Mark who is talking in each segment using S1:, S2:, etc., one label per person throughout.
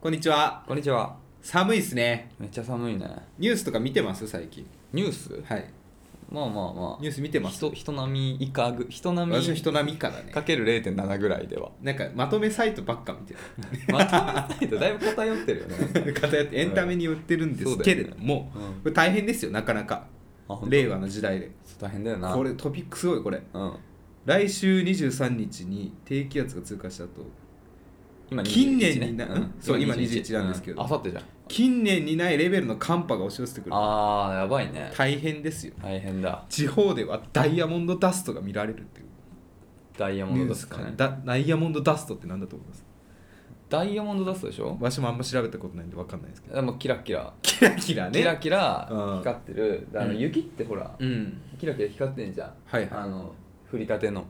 S1: こんにちは。
S2: こんにちは。
S1: 寒いっすね。
S2: めっちゃ寒いね。
S1: ニュースとか見てます最近。
S2: ニュース
S1: はい。
S2: まあまあまあ。
S1: ニュー
S2: ス
S1: ス見てます
S2: 人人並み以下ぐ、人並み
S1: 私は人並み以下だね。
S2: かける0.7ぐらいで は。
S1: なんかまとめサイトばっか見て
S2: まとめないとだいぶ偏っ てるよね。
S1: る。偏ってエンタメに売ってるんですけれども、
S2: そうだよねうん
S1: これ大変ですよ、なかなか。
S2: あ本当
S1: 令和の時代で。
S2: 大変だよな。
S1: これトピックすごい、これ。
S2: うん。
S1: 来週23日に低気圧が通過した後、
S2: 今21
S1: 近年にな
S2: ね
S1: うんそう今21なんですけど
S2: あさってじゃん。
S1: 近年にないレベルの寒波が押し寄せてくる。
S2: あー、やばいね。
S1: 大変ですよ。
S2: 大変だ。
S1: 地方ではダイヤモンドダストが見られるっていう。
S2: ダイヤモ
S1: ニ
S2: ン
S1: ュ
S2: ド
S1: ー
S2: ダ
S1: ス
S2: スト
S1: か
S2: ね。
S1: ダダイヤモンドダストってなんだと思います
S2: ダイヤモンドダストでしょ
S1: わしもあんま調べたことないんでわかんないですけど
S2: でもキラキラ。
S1: キラキラね
S2: キラキラ
S1: うん
S2: 光ってる。であの
S1: うん
S2: 雪ってほら、
S1: うん
S2: キラキラ光ってんじゃん。
S1: はいはい
S2: あの振りたての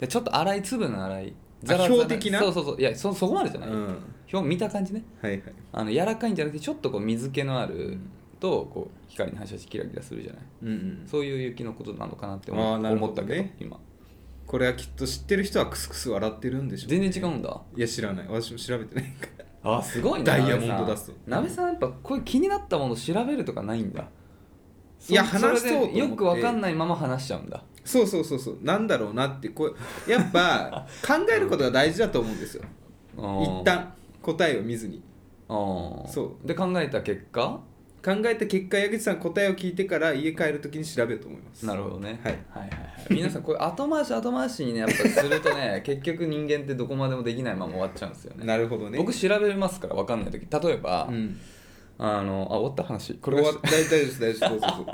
S2: でちょっと粗い粒の粗い
S1: あ
S2: ザラザラ
S1: 標的な
S2: そうそうそういやそそこまでじゃ
S1: う
S2: ない、
S1: んはい
S2: 表見た感じね
S1: はい
S2: あの柔らかいんじゃなくてちょっとこう水気のあ
S1: う
S2: る
S1: ん
S2: とこう光に反射してキラキラするじゃない
S1: うんうん
S2: そういう雪のことなのかなって
S1: あ
S2: 思,、
S1: ーなるほ
S2: 思っ
S1: ど
S2: た
S1: ね
S2: けど今
S1: これはきっと知ってる人はクスクス笑ってるんでしょうね、
S2: 全然違うんだ
S1: いや知らない私も調べてないから
S2: あすごいね
S1: ダイヤモンドダスト
S2: なべさんやっぱこういう気になったもの調べるとかないんだ
S1: いや
S2: それ
S1: 話そうと思って
S2: よくわかんないまま話しちゃうんだ
S1: そうそうそうそうなんだろうなってこうやっ ぱ考えることが大事だと思うんですよ一
S2: 一
S1: 旦答えを見ずにそ
S2: そうで考えた結果
S1: 考えた結果矢口さん答えを聞いてから家帰るときに調べると思います
S2: なるほどね、
S1: はい
S2: はいはいはい皆さんこれ後回し後回しにねやっぱりすると ね結局人間ってどこまでもできないまま終わっちゃうんですよね
S1: なるほどね
S2: 僕調べますから分かんない時例えば、
S1: うん
S2: あのあ終わった話こ
S1: こ
S2: れ
S1: れ
S2: が
S1: は大大丈夫です大丈夫ですそうそう そう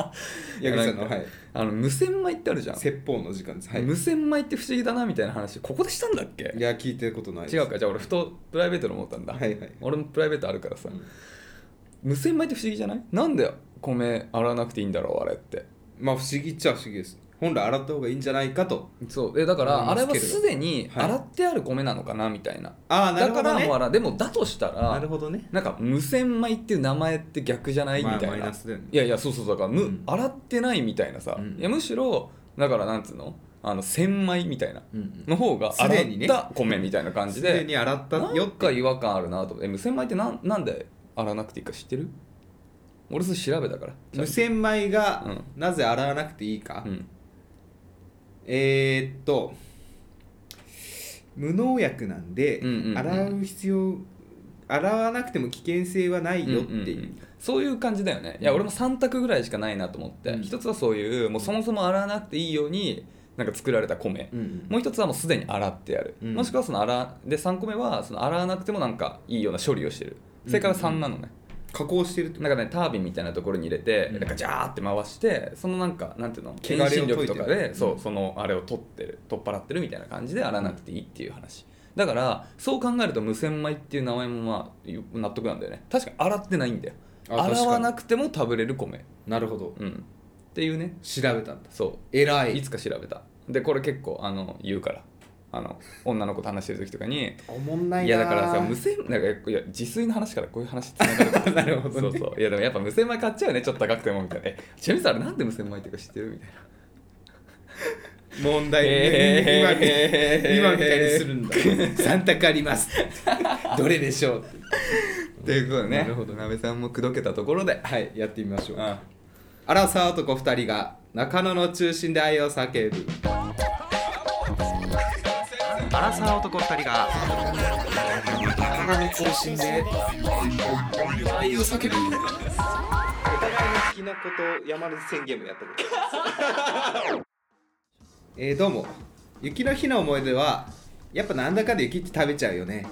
S1: 矢口さんの
S2: なんか
S1: はい
S2: あの無洗米ってあるじゃん、
S1: 説法の時間ですはい
S2: 無洗米って不思議だなみたいな話ここでしたんだっけ
S1: いや聞いてることないです
S2: 違うかじゃあ俺ふとプライベートで思ったんだ、
S1: はいはい
S2: 俺もプライベートあるからさ、
S1: うん
S2: 無洗米って不思議じゃないなんで米洗わなくていいんだろうあれって
S1: まあ不思議っちゃ不思議です本来洗った方がいいんじゃないかと
S2: そうえだか
S1: 思い
S2: ら
S1: ま
S2: あ
S1: す
S2: れは
S1: けれど
S2: すでに
S1: はい
S2: 洗ってある米なのかなみたいな、
S1: ああなる
S2: だ
S1: ほ
S2: か
S1: ど
S2: ら
S1: ね
S2: もう洗うでもだとした
S1: な
S2: ら
S1: るほどね
S2: なんか無洗米っていう名前って逆じゃないみ
S1: まあ
S2: たいな、
S1: マイナスだよね
S2: いやいやそうそうだからむ、
S1: うん
S2: 洗ってないみたいなさ、
S1: うん
S2: いやむしろだからなんつうのあの洗米みたいな
S1: うんうん
S2: の方が
S1: す
S2: 洗
S1: でにね
S2: った米みたいな感じ
S1: す
S2: で、
S1: でに洗った
S2: な
S1: よ
S2: ん
S1: っ
S2: か
S1: て
S2: 違和感あるなと思ってえ無洗米ってなんなんで洗わなくていいか知ってる俺それ調べたから
S1: 無洗米
S2: う
S1: が
S2: ん
S1: なぜ洗わなくていいか、
S2: うん
S1: えー、っと無農薬なんで、
S2: うんうんうん
S1: 洗う必要洗わなくても危険性はないよっていう、
S2: んんんそういう感じだよねいや俺も3択ぐらいしかないなと思って
S1: うん
S2: 一、つはそういうもうそもそも洗わなくていいようになんか作られた米、
S1: うんうん
S2: もう一つはもうすでに洗ってやる、
S1: うん
S2: もしくはその洗で3個目はその洗わなくてもなんかいいような処理をしてるそれから
S1: うんうんう
S2: 3
S1: ん
S2: なのね、
S1: 加工してるってこと
S2: なんかねタービンみたいなところに入れて、
S1: うん
S2: なんかジャーって回してそのなんかなんていうの
S1: 汚れを
S2: 遠心力とか
S1: 解いて
S2: で、
S1: る
S2: そううんそのあれを取ってる取っ払ってるみたいな感じで洗わなくていいっていう話だからそう考えると無洗米っていう名前もまあ納得なんだよね確かに洗ってないんだよ
S1: あ確かに
S2: 洗わなくても食べれる米
S1: なるほど
S2: うんっていうね
S1: 調べたんだ
S2: そ
S1: 偉
S2: う
S1: い
S2: いつか調べたでこれ結構あの言うからあの女の子と話してる時とかに
S1: おもんないない
S2: やだからさ無洗なんかいや自炊の話からこういう話つ ながる
S1: なるほどね
S2: そうそういやでもやっぱ無洗米買っちゃうよねちょっと高くてもみたいなえちなみにさあれなんで無洗米っていうか知ってるみたいな
S1: 問題、
S2: えー
S1: 今みたいにするんだ3 択ありますどれでしょう って
S2: っていうことでね
S1: なるほど
S2: なべさんも口説けたところで
S1: はいやってみましょう
S2: あ
S1: アラサー男2人が中野の中心で愛を叫ぶアラサー男2人が中野の中心で愛を叫ぶお互いの好きなことを山根宣言もやったことです、えー、どうも雪の日の思い出はやっぱなんだかんだ雪って食べちゃうよね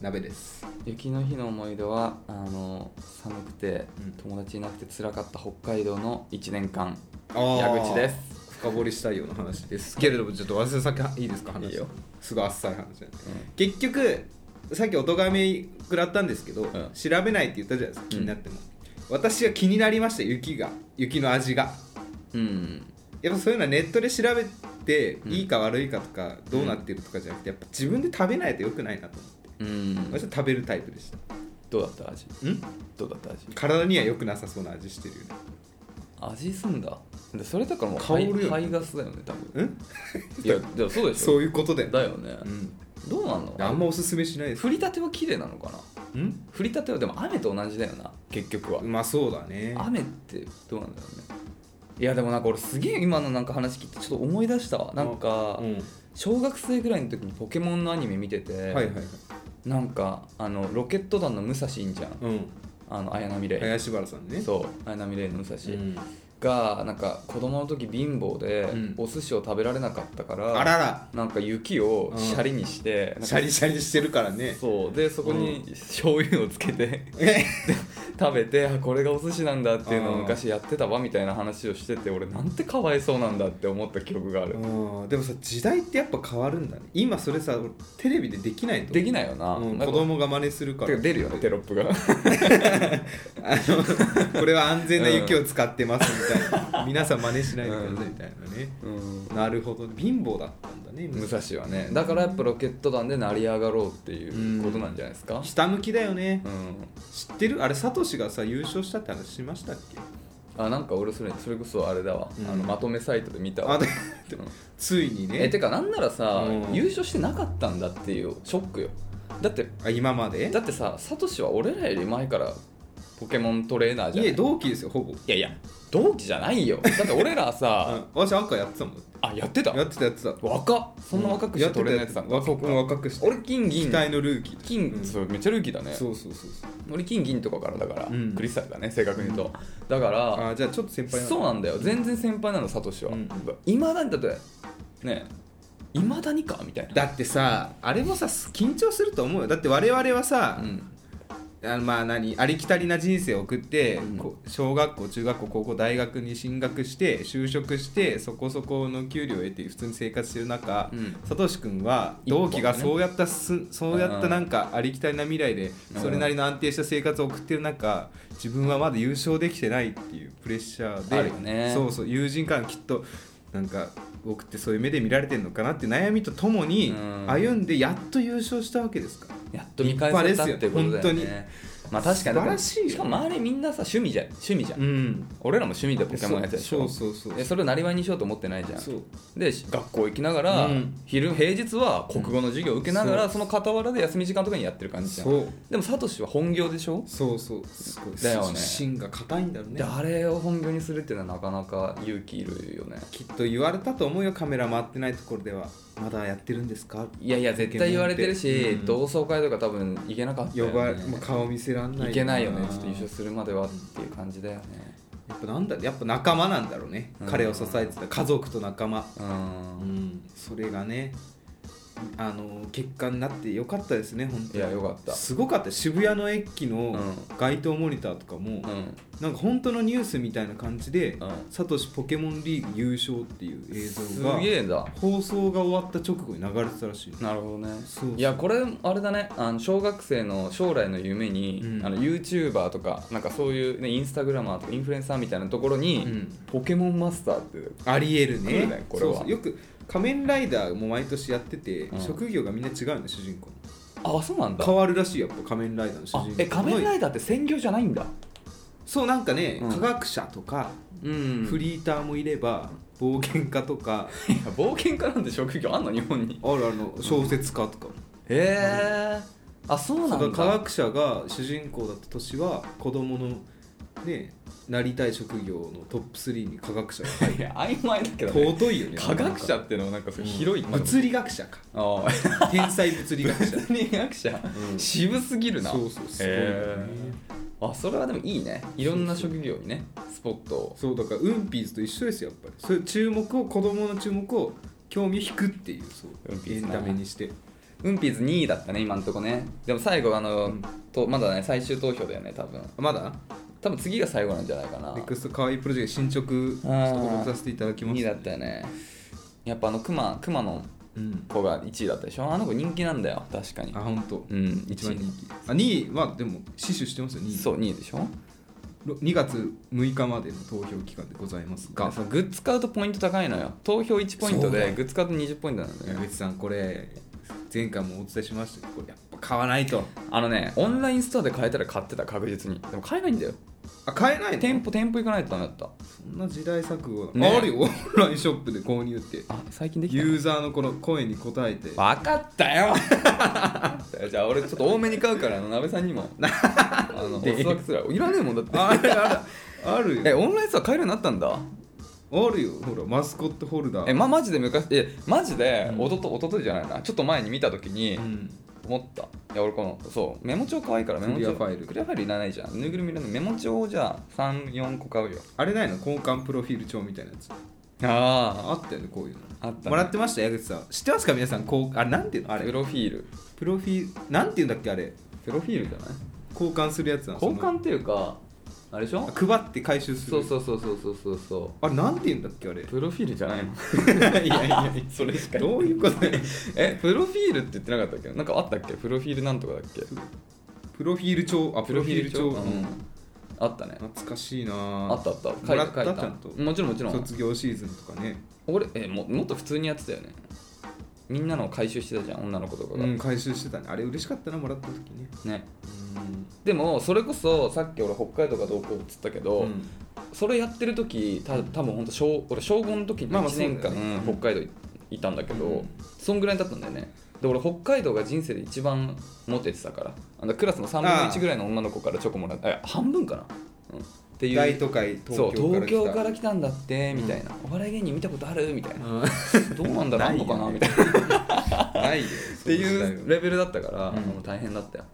S1: 鍋です
S2: 雪の日の思い出はあの寒くて
S1: うん
S2: 友達いなくて辛かった北海道の1年間
S1: あー
S2: 矢口です
S1: 深掘りしたいような話ですけれどもちょっと忘れ先いいですか話
S2: いいよ
S1: すごいあっさい話なんで結局さっきお咎め食らったんですけど、
S2: ん
S1: 調べないって言ったじゃないですか気になっても、私は気になりました雪が雪の味が
S2: うん
S1: やっぱそういうのはネットで調べて
S2: うん
S1: いいか悪いかとかどうなってるとかじゃなくてやっぱ自分で食べないとよくないなと思って
S2: うん
S1: 私は食べるタイプでした
S2: どうだった味
S1: ん
S2: どうだった味
S1: 体には良くなさそうな味してるよね
S2: 味すんだでそれだからもう
S1: 香るよね
S2: 排排ガスだよね多分
S1: うん
S2: いやじゃあそうでしょ
S1: そういうことだよ
S2: だよね
S1: うん
S2: どうなんの
S1: あんまおすすめしないです
S2: 振りたては綺麗なのかな
S1: ん
S2: 降りたてはでも雨と同じだよな結局は
S1: まあそうだね
S2: 雨ってどうなんだろうねいやでもなんか俺すげえ今のなんか話聞いてちょっと思い出したわなんか
S1: うん、
S2: 小学生ぐらいの時にポケモンのアニメ見てて、
S1: はいはいはい
S2: なんかあのロケット団の武蔵いんじゃん
S1: うん
S2: あの綾波レイ、
S1: 林原さんね
S2: そう綾波レイの武蔵、
S1: うん
S2: がなんか子供の時貧乏で
S1: うん
S2: お寿司を食べられなかったから、
S1: あらら
S2: なんか雪をシャリにして、なんか
S1: シャリシャリしてるからね
S2: そうでそこに醤油をつけて
S1: え
S2: 食べてあこれがお寿司なんだっていうのを
S1: あー
S2: 昔やってたわみたいな話をしてて俺なんてかわいそうなんだって思った記憶がある、
S1: うんでもさ時代ってやっぱ変わるんだね今それさ俺テレビでできないと思う
S2: できないよな、
S1: うん
S2: なん
S1: 子
S2: か
S1: 供が真似するか
S2: て
S1: ら
S2: か出るよねテロップが
S1: あのこれは安全な雪を使ってますみたいな、皆さん真似しないでくださいみたいなね、
S2: うん
S1: なるほど貧乏だったんだね
S2: 武蔵はねだからやっぱロケット弾で成り上がろうっていうことなんじゃないですか
S1: ひたむきだよね
S2: う、ん
S1: 知ってるあれサトシがさ優勝したって話しましたっけ
S2: あなんか俺それそれこそあれだわ、
S1: うん
S2: あのまとめサイトで見たわ
S1: あで
S2: うん
S1: ついにね
S2: えてかなんならさ、
S1: うん
S2: 優勝してなかったんだっていうショックよだって
S1: あ今まで
S2: だってさサトシは俺らより前からポケモントレーナーじゃ
S1: い
S2: んい
S1: え同期ですよほぼ、
S2: やいや同期じゃないよだって俺ら
S1: う
S2: さ、
S1: ん、私赤やってたもん
S2: あやってた
S1: やってたやってた
S2: 若っそんな若くしてトレーナーやってたんだ、
S1: 若く若くして
S2: 俺金
S1: 期
S2: 銀
S1: 待のルーキー
S2: 金、
S1: うん
S2: そうめっちゃルーキーだね
S1: そうそうそうそう
S2: 俺金銀とかからだから、
S1: うん
S2: クリスタルだね正確に言うと、だから
S1: あじゃあちょっと先輩
S2: そう
S1: な
S2: なんだよ全然先輩なのサトシは
S1: うん
S2: いま、未だにだってねいまだにかみたいな
S1: だってさあれもさ緊張すると思うよだって我々はさ、
S2: うん
S1: あのまあ何ありきたりな人生を送って、
S2: うん
S1: こう小学校中学校高校大学に進学して就職してそこそこの給料を得て普通に生活してる中、
S2: うん
S1: サトシ君は
S2: 一本
S1: 同
S2: ね
S1: 期がそうやったす、そうやっ
S2: う
S1: た
S2: ん
S1: なんかありきたりな未来で
S2: うん
S1: それなりの安定した生活を送ってる中自分はまだ優勝できてないっていうプレッシャーで
S2: あるよね
S1: そうそう友人からきっとなんか僕ってそういう目で見られてるのかなって悩みとともに
S2: うん
S1: 歩んでやっと優勝したわけですから。
S2: やっと見返されたってこと
S1: 立
S2: だよ
S1: 派ですよ
S2: ねまあ確かに
S1: 素晴らしいよ
S2: しかも周りみんなさ趣味じゃん趣味じゃん、
S1: うん
S2: 俺らも趣味でポケモンやってたでしょ
S1: そうそうそうそう
S2: でそれをなりわいにしようと思ってないじゃん
S1: そう
S2: でし学校行きながら、
S1: うん
S2: 昼平日は国語の授業を受けながら、
S1: うん
S2: その傍らで休み時間とかにやってる感じじゃん
S1: そう
S2: でもサトシは本業でしょ
S1: そうそうすごい
S2: だよね
S1: 芯が硬いんだろうね
S2: であれを本業にするっていうのはなかなか勇気いるよね
S1: きっと言われたと思うよカメラ回ってないところではまだやってるんですか
S2: いやいや絶対言われてるし、
S1: うん
S2: 同窓会とか多分行けなかった
S1: 呼
S2: よ、ね、
S1: ばれもう顔見せらんない
S2: いけないよねちょっと優勝するまではっていう感じだよね
S1: やっぱなんだやっぱ仲間なんだろうね、
S2: うん
S1: 彼を支えてた家族と仲間う
S2: う
S1: んんそれがねあの結果になってよかったですね本当
S2: い
S1: に
S2: やよかった
S1: すごかった渋谷の駅の
S2: うん
S1: 街頭モニターとかも、
S2: うん
S1: なんか本当のニュースみたいな感じで、
S2: うん
S1: サトシポケモンリーグ優勝っていう映
S2: す
S1: 像が
S2: げえだ
S1: 放送が終わった直後に流れてたらしいよ
S2: なるほどね
S1: そうそう
S2: やこれあれだねあの小学生の将来の夢に、
S1: うん
S2: あの YouTuber とかなんかそういう、ね、インスタグラマーとかインフルエンサーみたいなところに、
S1: うん
S2: ポケモンマスターっていう
S1: ありえるね
S2: 来るねこれは
S1: そうそうよく仮面ライダーも毎年やってて、
S2: うん
S1: 職業がみんな違うんだ主人公
S2: あそうなんだ
S1: 変わるらしいよやっぱ仮面ライダーの主
S2: あ
S1: 人公
S2: え仮面ライダーって専業じゃないんだ
S1: そうなんかね、
S2: うん
S1: 科学者とか、
S2: うん
S1: フリーターもいれば冒険家とか
S2: いや冒険家なんて職業あんの日本に
S1: あるあの小説家とか、
S2: へえあそう
S1: そ
S2: なんだ
S1: う科学者が主人公だった年は子供のねなりたい職業のトップ3に科学者が入
S2: いや曖昧だけ
S1: る
S2: ど、ね、
S1: 尊いよね
S2: 科学者っていうのもなんかすごい広い、
S1: うん物理学者か
S2: ああ
S1: 天才物理学者
S2: 物理学者、
S1: うん
S2: 渋すぎるな
S1: そうそうすごいよね
S2: へーあそれはでもいいねいろんな職業にねスポットを
S1: そうだからウンピースと一緒ですよやっぱりそういう注目を子供の注目を興味を引くっていうそう
S2: ウンピー
S1: エ
S2: ス
S1: ン
S2: な
S1: タメにして
S2: ウンピーズ2位だったね今んとこねでも最後あの、
S1: うん
S2: とまだね最終投票だよね多分
S1: まだ
S2: 多分次が最後なんじゃないかな
S1: ネクスト可愛いプロジェクト進捗ちょっと報告させていただきま
S2: 2位
S1: す
S2: だったよねやっぱあのクマクマの
S1: うん
S2: 子が1位だったでしょあの子人気なんだよ確かに
S1: あ本当
S2: うん
S1: 一番
S2: 1
S1: 人気あ2位はでも死守してますよ2位
S2: 位そう2位でしょ
S1: ろ2月6日までの投票期間でございますが
S2: そのグッズ買うとポイント高いのよ投票1ポイント
S1: そうだ
S2: で
S1: よ
S2: グッズ買うと20ポイントなんだよ
S1: 矢口さんこれ前回もお伝えしましたけどこれやっぱ買わないと
S2: あのねオンラインストアで買えたら買ってた確実にでも買えないんだよ
S1: あ買えないの
S2: 店舗店舗行かないとダメだった
S1: そんな時代錯誤な、
S2: ね
S1: あるよオン ラインショップで購入って
S2: あ最近できた
S1: ユーザーのこの声に応えて
S2: 分かったよ じゃあ俺ちょっと多めに買うからあの鍋さんに もあのおす分けするわいらねえもんだって
S1: あれあれある
S2: え
S1: よ
S2: オンラインストア買えるようになったんだ
S1: あるよほらマスコットホルダー
S2: えまマジで昔えマジで
S1: うん
S2: おととおとといじゃないなちょっと前に見た時に
S1: うん
S2: 思ったいや俺このそうメモ帳可愛いからメモ
S1: ク
S2: 帳
S1: リアファイル
S2: クリアファイルいらないじゃんぬいぐるみいらないメモ帳をじゃあ34個買うよ
S1: あれないの交換プロフィール帳みたいなやつ
S2: あ
S1: あったよねこういうの
S2: ああったね
S1: もらってました矢口さん知ってますか皆さんこうあれなんていうのあ
S2: プ
S1: れ
S2: ロフィール
S1: プロフィールなんていうんだっけあれ
S2: プロフィールじゃない
S1: 交換するやつなの
S2: 交換っていうかあれでしょ
S1: そのあ配って回収する
S2: そうそうそうそうそうそうそう
S1: あれなんていうんだっけあ れ
S2: プロフィールじゃないの
S1: いやいやいや
S2: それしか
S1: どういうことや
S2: えプロフィールって言ってなかったっけなんかあったっけプロフィールなんとかだっけ
S1: プロフィール帳あプロフィール帳、
S2: プロフィールうんあったね
S1: 懐かしいな
S2: あ
S1: あ
S2: ったあった書い
S1: もらった
S2: 書いた
S1: ちゃんと
S2: もちろんもちろん
S1: 卒業シーズンとかね
S2: 俺えももっと普通にやってたよねみんなの回収してたじゃん女の子とかが、
S1: うん回収してたねあれ嬉しかったなもらった時ね
S2: ねでもそれこそさっき俺北海道がどうこうっつったけど、
S1: うん
S2: それやってる時た多分本当小俺小5の時に
S1: まあまあ
S2: 1年間、
S1: そうだよね
S2: 北海道いたんだけど、
S1: うん
S2: そんぐらいだったんだよねで俺北海道が人生で一番モテてたからあのクラスの3分の1ぐらいの女の子からチョコもらってあ半分かな、うん、っていう
S1: 大都会
S2: そう
S1: 東京から来た
S2: 東京から来たんだってみたいな、お笑い芸人見たことあるみたいな、どうなんだろうあ
S1: なんい
S2: の
S1: よ
S2: かなみたいな
S1: ないよ
S2: っ
S1: って
S2: いうレベルだったから、
S1: うん
S2: もう大変だったよ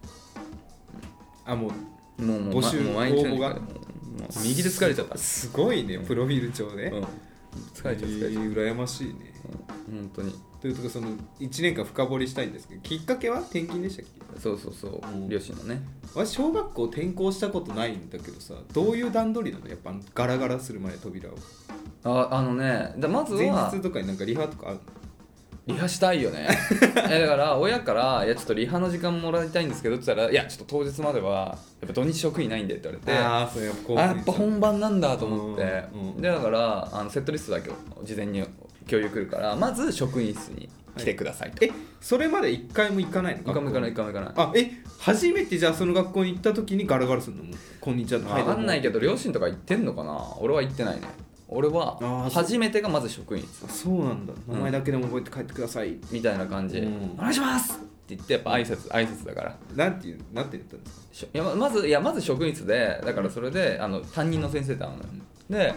S1: あもう
S2: もうもう
S1: 募集
S2: もう毎日のように
S1: 応募が
S2: もうもう右で疲れちゃった、
S1: すごいねプロフィール帳ね、
S2: うん、疲れちゃう疲れちゃう、
S1: う羨ましいね
S2: うん本当に
S1: というとこその1年間深掘りしたいんですけどきっかけは転勤でしたっけ
S2: そうそうそう、
S1: うん
S2: 両親のね
S1: 私小学校転校したことないんだけどさどういう段取りなのやっぱガラガラする前扉を
S2: ああのねだまず
S1: 前
S2: は
S1: 日とかになんかリハとかある
S2: リハしたいよ ねえだから親から「いやちょっとリハの時間もらいたいんですけど」って言ったら「いやちょっと当日まではやっぱ土日職員いないんで」って言われて
S1: あーそうやっぱこう
S2: あやっぱ本番なんだと思って、
S1: うんうん
S2: でだからあのセットリストだけを事前に共有来るからまず職員室に来てくださいと、
S1: えそれまで一回も行かないの
S2: 一回も行かない一
S1: 学
S2: 回も行かない
S1: 校にあえ初めてじゃあその学校に行った時にガラガラするのもうこんにちは
S2: 分かんないけど両親とか行ってんのかな俺は行ってないね俺
S1: あ
S2: は
S1: ーそう
S2: 初めてがまず職員室
S1: あそうなんだ名前だけでも覚えて帰ってください、
S2: みたいな感じ、
S1: うん
S2: お願いしますって言ってやっぱ挨拶挨拶だから
S1: なんていうなんて言ったんですか
S2: しょいやままずいやまず職員室でだからそれであの担任の先生と会うのよで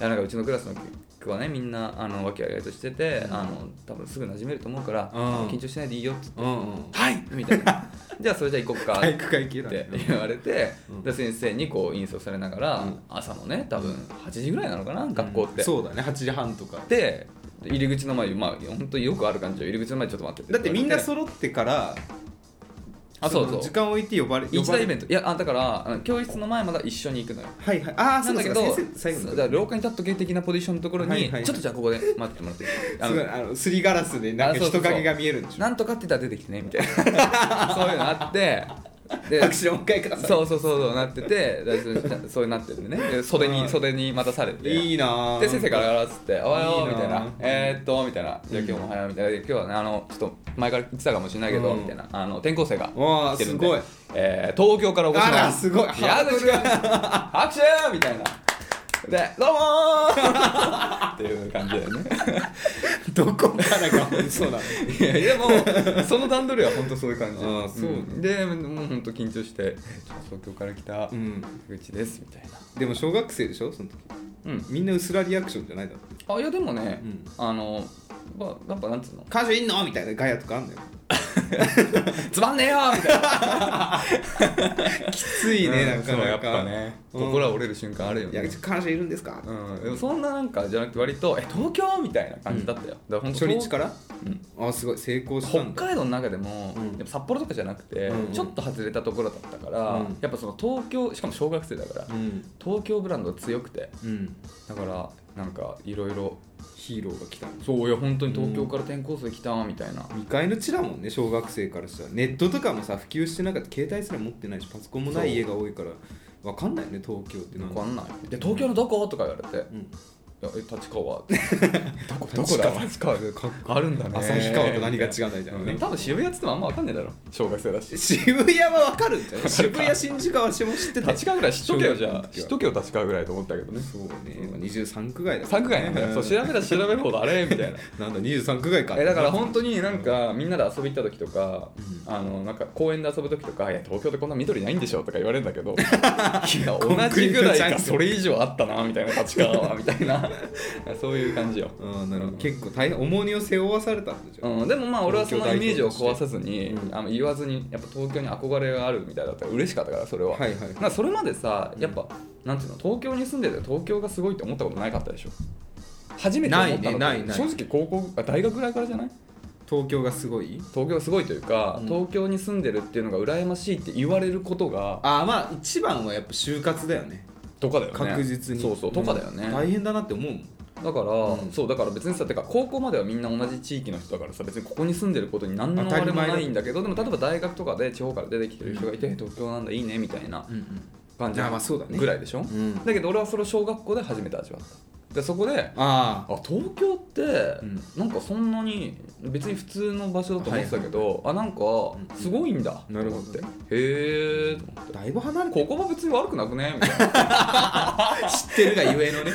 S2: いやなんかうちのクラスの子はねみんなあの和気あいあいとしてて、
S1: うん
S2: あの多分すぐ馴染めると思うから、
S1: うん
S2: 緊張しないでいいよって
S1: うんうん
S2: はいみた いなじゃあそれじゃあ行こっかっ
S1: 体育会系だ
S2: て
S1: ね
S2: 言われて、
S1: うん
S2: で先生にこう印象されながら、
S1: うん
S2: 朝のね多分8時ぐらいなのかな学校って、
S1: そうだね8時半とか
S2: で入り口の前にまあ本当によくある感じで入り口の前にちょっと待って
S1: だってみんな
S2: う
S1: 揃ってから
S2: あそうそう
S1: の時間を置いて呼ばれ
S2: 一大イベン
S1: ト
S2: トいやあだからあの教室の前まだ一緒に行くのよ
S1: はいはいああ
S2: な
S1: そ
S2: ん
S1: う
S2: だけ
S1: だ
S2: ど
S1: 先生最後の
S2: だから廊下に立っとけ的なポジションのところに、
S1: はいはい
S2: ちょっとじゃあここで待っててもらっていいあ
S1: すごい
S2: の
S1: あのすりガラスでなん
S2: あ
S1: か
S2: そうそうそう
S1: 人影が見えるんでしょ
S2: なんとかって言ったら出てきてねみたい なそういうのあってで
S1: 拍手をもう一回ください
S2: そうそうそうそうなっててだそうそうなってるんでねで袖
S1: は
S2: に
S1: い
S2: 袖に待たされて
S1: いいなあ
S2: で先生からガラっつって「おはよう」
S1: いい
S2: み
S1: な
S2: たいな「えー、っと」みたいな「じゃあ
S1: うん
S2: 今日もおはよう」みたいなで「今日はねあのちょっと前から言ってたかもしれないけど」
S1: うん
S2: みたいなあの転校生が
S1: わあ
S2: 来てるん
S1: す
S2: で
S1: ごい
S2: えー東京からお越しの
S1: あらすごい
S2: 矢口君拍手!」みたいなで「どうもー! 」 っていう感じだよね
S1: どこからが本当なの
S2: いやで もその段取りは本当そういう感じ
S1: あーそうね
S2: んでもう本当緊張して「東京から来た
S1: うん
S2: 矢口です」みたいな
S1: でも小学生でしょその時
S2: うん
S1: みんなうすらリアクションじゃないだろ
S2: あいやでもね、
S1: うん
S2: あのまあやっぱなんつうの
S1: 彼女いんのみたいなガヤとかあんのよ
S2: つまんねえよみ たいな
S1: きついねなか
S2: うんそう
S1: な
S2: やっ
S1: か
S2: ぱね
S1: うん
S2: 心は折れる瞬間あるよ
S1: いや
S2: ね
S1: 彼女いるんですか
S2: うん、でもそんななんかじゃなくて割と「え東京?」みたいな感じだったよ、だから本当
S1: 初日から
S2: うん
S1: あすごい成功した
S2: 北
S1: んだ
S2: 海道の中でも、
S1: うん
S2: やっぱ札幌とかじゃなくて、
S1: うんうん
S2: ちょっと外れたところだったから、
S1: うん
S2: やっぱその東京しかも小学生だから、
S1: うん
S2: 東京ブランドが強くて
S1: うん
S2: だからなんかいろいろ
S1: ヒーローが来たの
S2: そういや本当に東京から転校生来たみたいな、
S1: 未開の地だもんね小学生からしたらネットとかもさ普及してなかった携帯すら持ってないしパソコンもない
S2: そう
S1: 家が多いからわかんないよね東京ってなん
S2: わ
S1: か
S2: かんないで東京のどこ?」とか言われて「
S1: うん
S2: えやえ立 川って
S1: どこ
S2: どこだ
S1: 立川でかっ
S2: あるんだね
S1: 旭川と何が違うんだみたいなね
S2: うん多分渋谷っつってもあんま分かんないだろ小学生だし
S1: 渋谷はわかるんじゃない渋谷新宿は私も知ってた
S2: 立川ぐらい知っとけよじゃあ
S1: 小学生の時
S2: 知
S1: は
S2: っとけよ立川ぐらいと思ったけどね
S1: そうねまあ23区外だ
S2: 3区外なんだよそう調べたら調べるほどあれみたいな
S1: なんだ23区外か
S2: えだから本当になんかみんなで遊び行った時とか、
S1: う
S2: あのなんか公園で遊ぶ時とか「いや東京でこんな緑ないんでしょ」とか言われるんだけ どいや
S1: コン
S2: 同
S1: クリー
S2: じぐ
S1: ト
S2: ら
S1: ジャング
S2: いか
S1: ル
S2: それ以上あったなみたいな立川はみたいな そういう感じよ、
S1: うんなるほど結構大変重荷を背負わされたんでしょ
S2: うん、でもまあ俺はそのイメージを壊さずに、
S1: うん
S2: あの言わずにやっぱ東京に憧れがあるみたいだったら嬉しかったからそれは、
S1: はいはい
S2: なんかそれまでさやっぱ、なんていうの東京に住んでて東京がすごいって思ったことなかったでしょ初めて思ったのって
S1: ないねないない
S2: 正直高校あ大学ぐらいからじゃない
S1: 東京がすごい
S2: 東京すごいというか、
S1: うん
S2: 東京に住んでるっていうのが羨ましいって言われることが
S1: ああまあ一番はやっぱ就活だよね
S2: とかだよね
S1: 確実に
S2: そうそうとかだよね、
S1: うん大変だなって思うもん
S2: だから、
S1: うん
S2: そうだから別にさてか高校まではみんな同じ地域の人だからさ別にここに住んでることに何の
S1: 当た
S2: あれ
S1: り
S2: も
S1: 前だ
S2: ないんだけどでも例えば大学とかで地方から出てきてる人がいて、東京なんだいいねみたいな感じ
S1: あまあそうだね
S2: ぐらいでしょ、
S1: うん
S2: だけど俺はそれを小学校で初めて味わったでそこで
S1: あ
S2: あ東京って
S1: うん
S2: なんかそんなに別に普通の場所だと思ってたけど、あなんかすごいんだ
S1: なるほど
S2: と思ってへえ
S1: あだいぶ離れて
S2: ここも別に悪くなくねみたいな
S1: 知ってるがゆえのね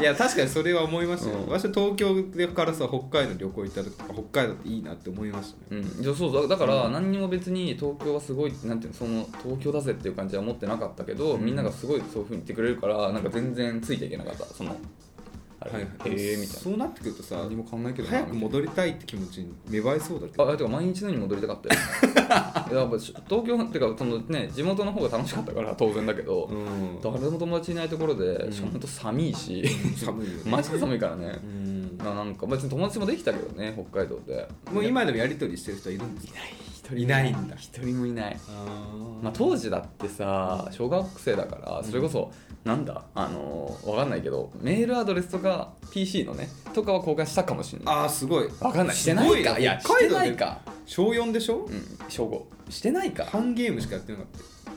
S1: いや確かにそれは思いましたよ、
S2: うん
S1: 私は東京からさ北海道旅行行った時北海道っていいなって思いましたね
S2: うんいやそうそうだから何にも別に東京はすごいなんていうのその東京だぜっていう感じは思ってなかったけど、みんながすごいそういうふうに言ってくれるからなんか全然ついていけなかったそのあれ、へえみたいな
S1: そうなってくるとさ
S2: 何も変わんないけどな
S1: 早く
S2: みたいな
S1: 戻りたいって気持ちに芽生えそうだけど
S2: あてか毎日のように戻りたかった よいややっぱ東京っていうかそのね地元の方が楽しかったから当然だけど、
S1: うん
S2: 誰も友達いないところで
S1: ん
S2: しかもほんと寒いし
S1: 寒いよね
S2: マジで寒いからね
S1: うん
S2: ななんか別に友達もできたけどね北海道で
S1: もう今でもやり取りしてる人いるんですかいないんだ
S2: 一人もいないま
S1: ま
S2: あ、当時だってさ小学生だからそれこそ、なんだあのーわかんないけどメールアドレスとか PC のねとかは交換したかもしれない
S1: ああすごい
S2: わかんないしてないかいや
S1: すご
S2: して
S1: ね
S2: ないか、
S1: 小4でしょ
S2: うん、小5してないか
S1: 半ゲームしかやってな かっ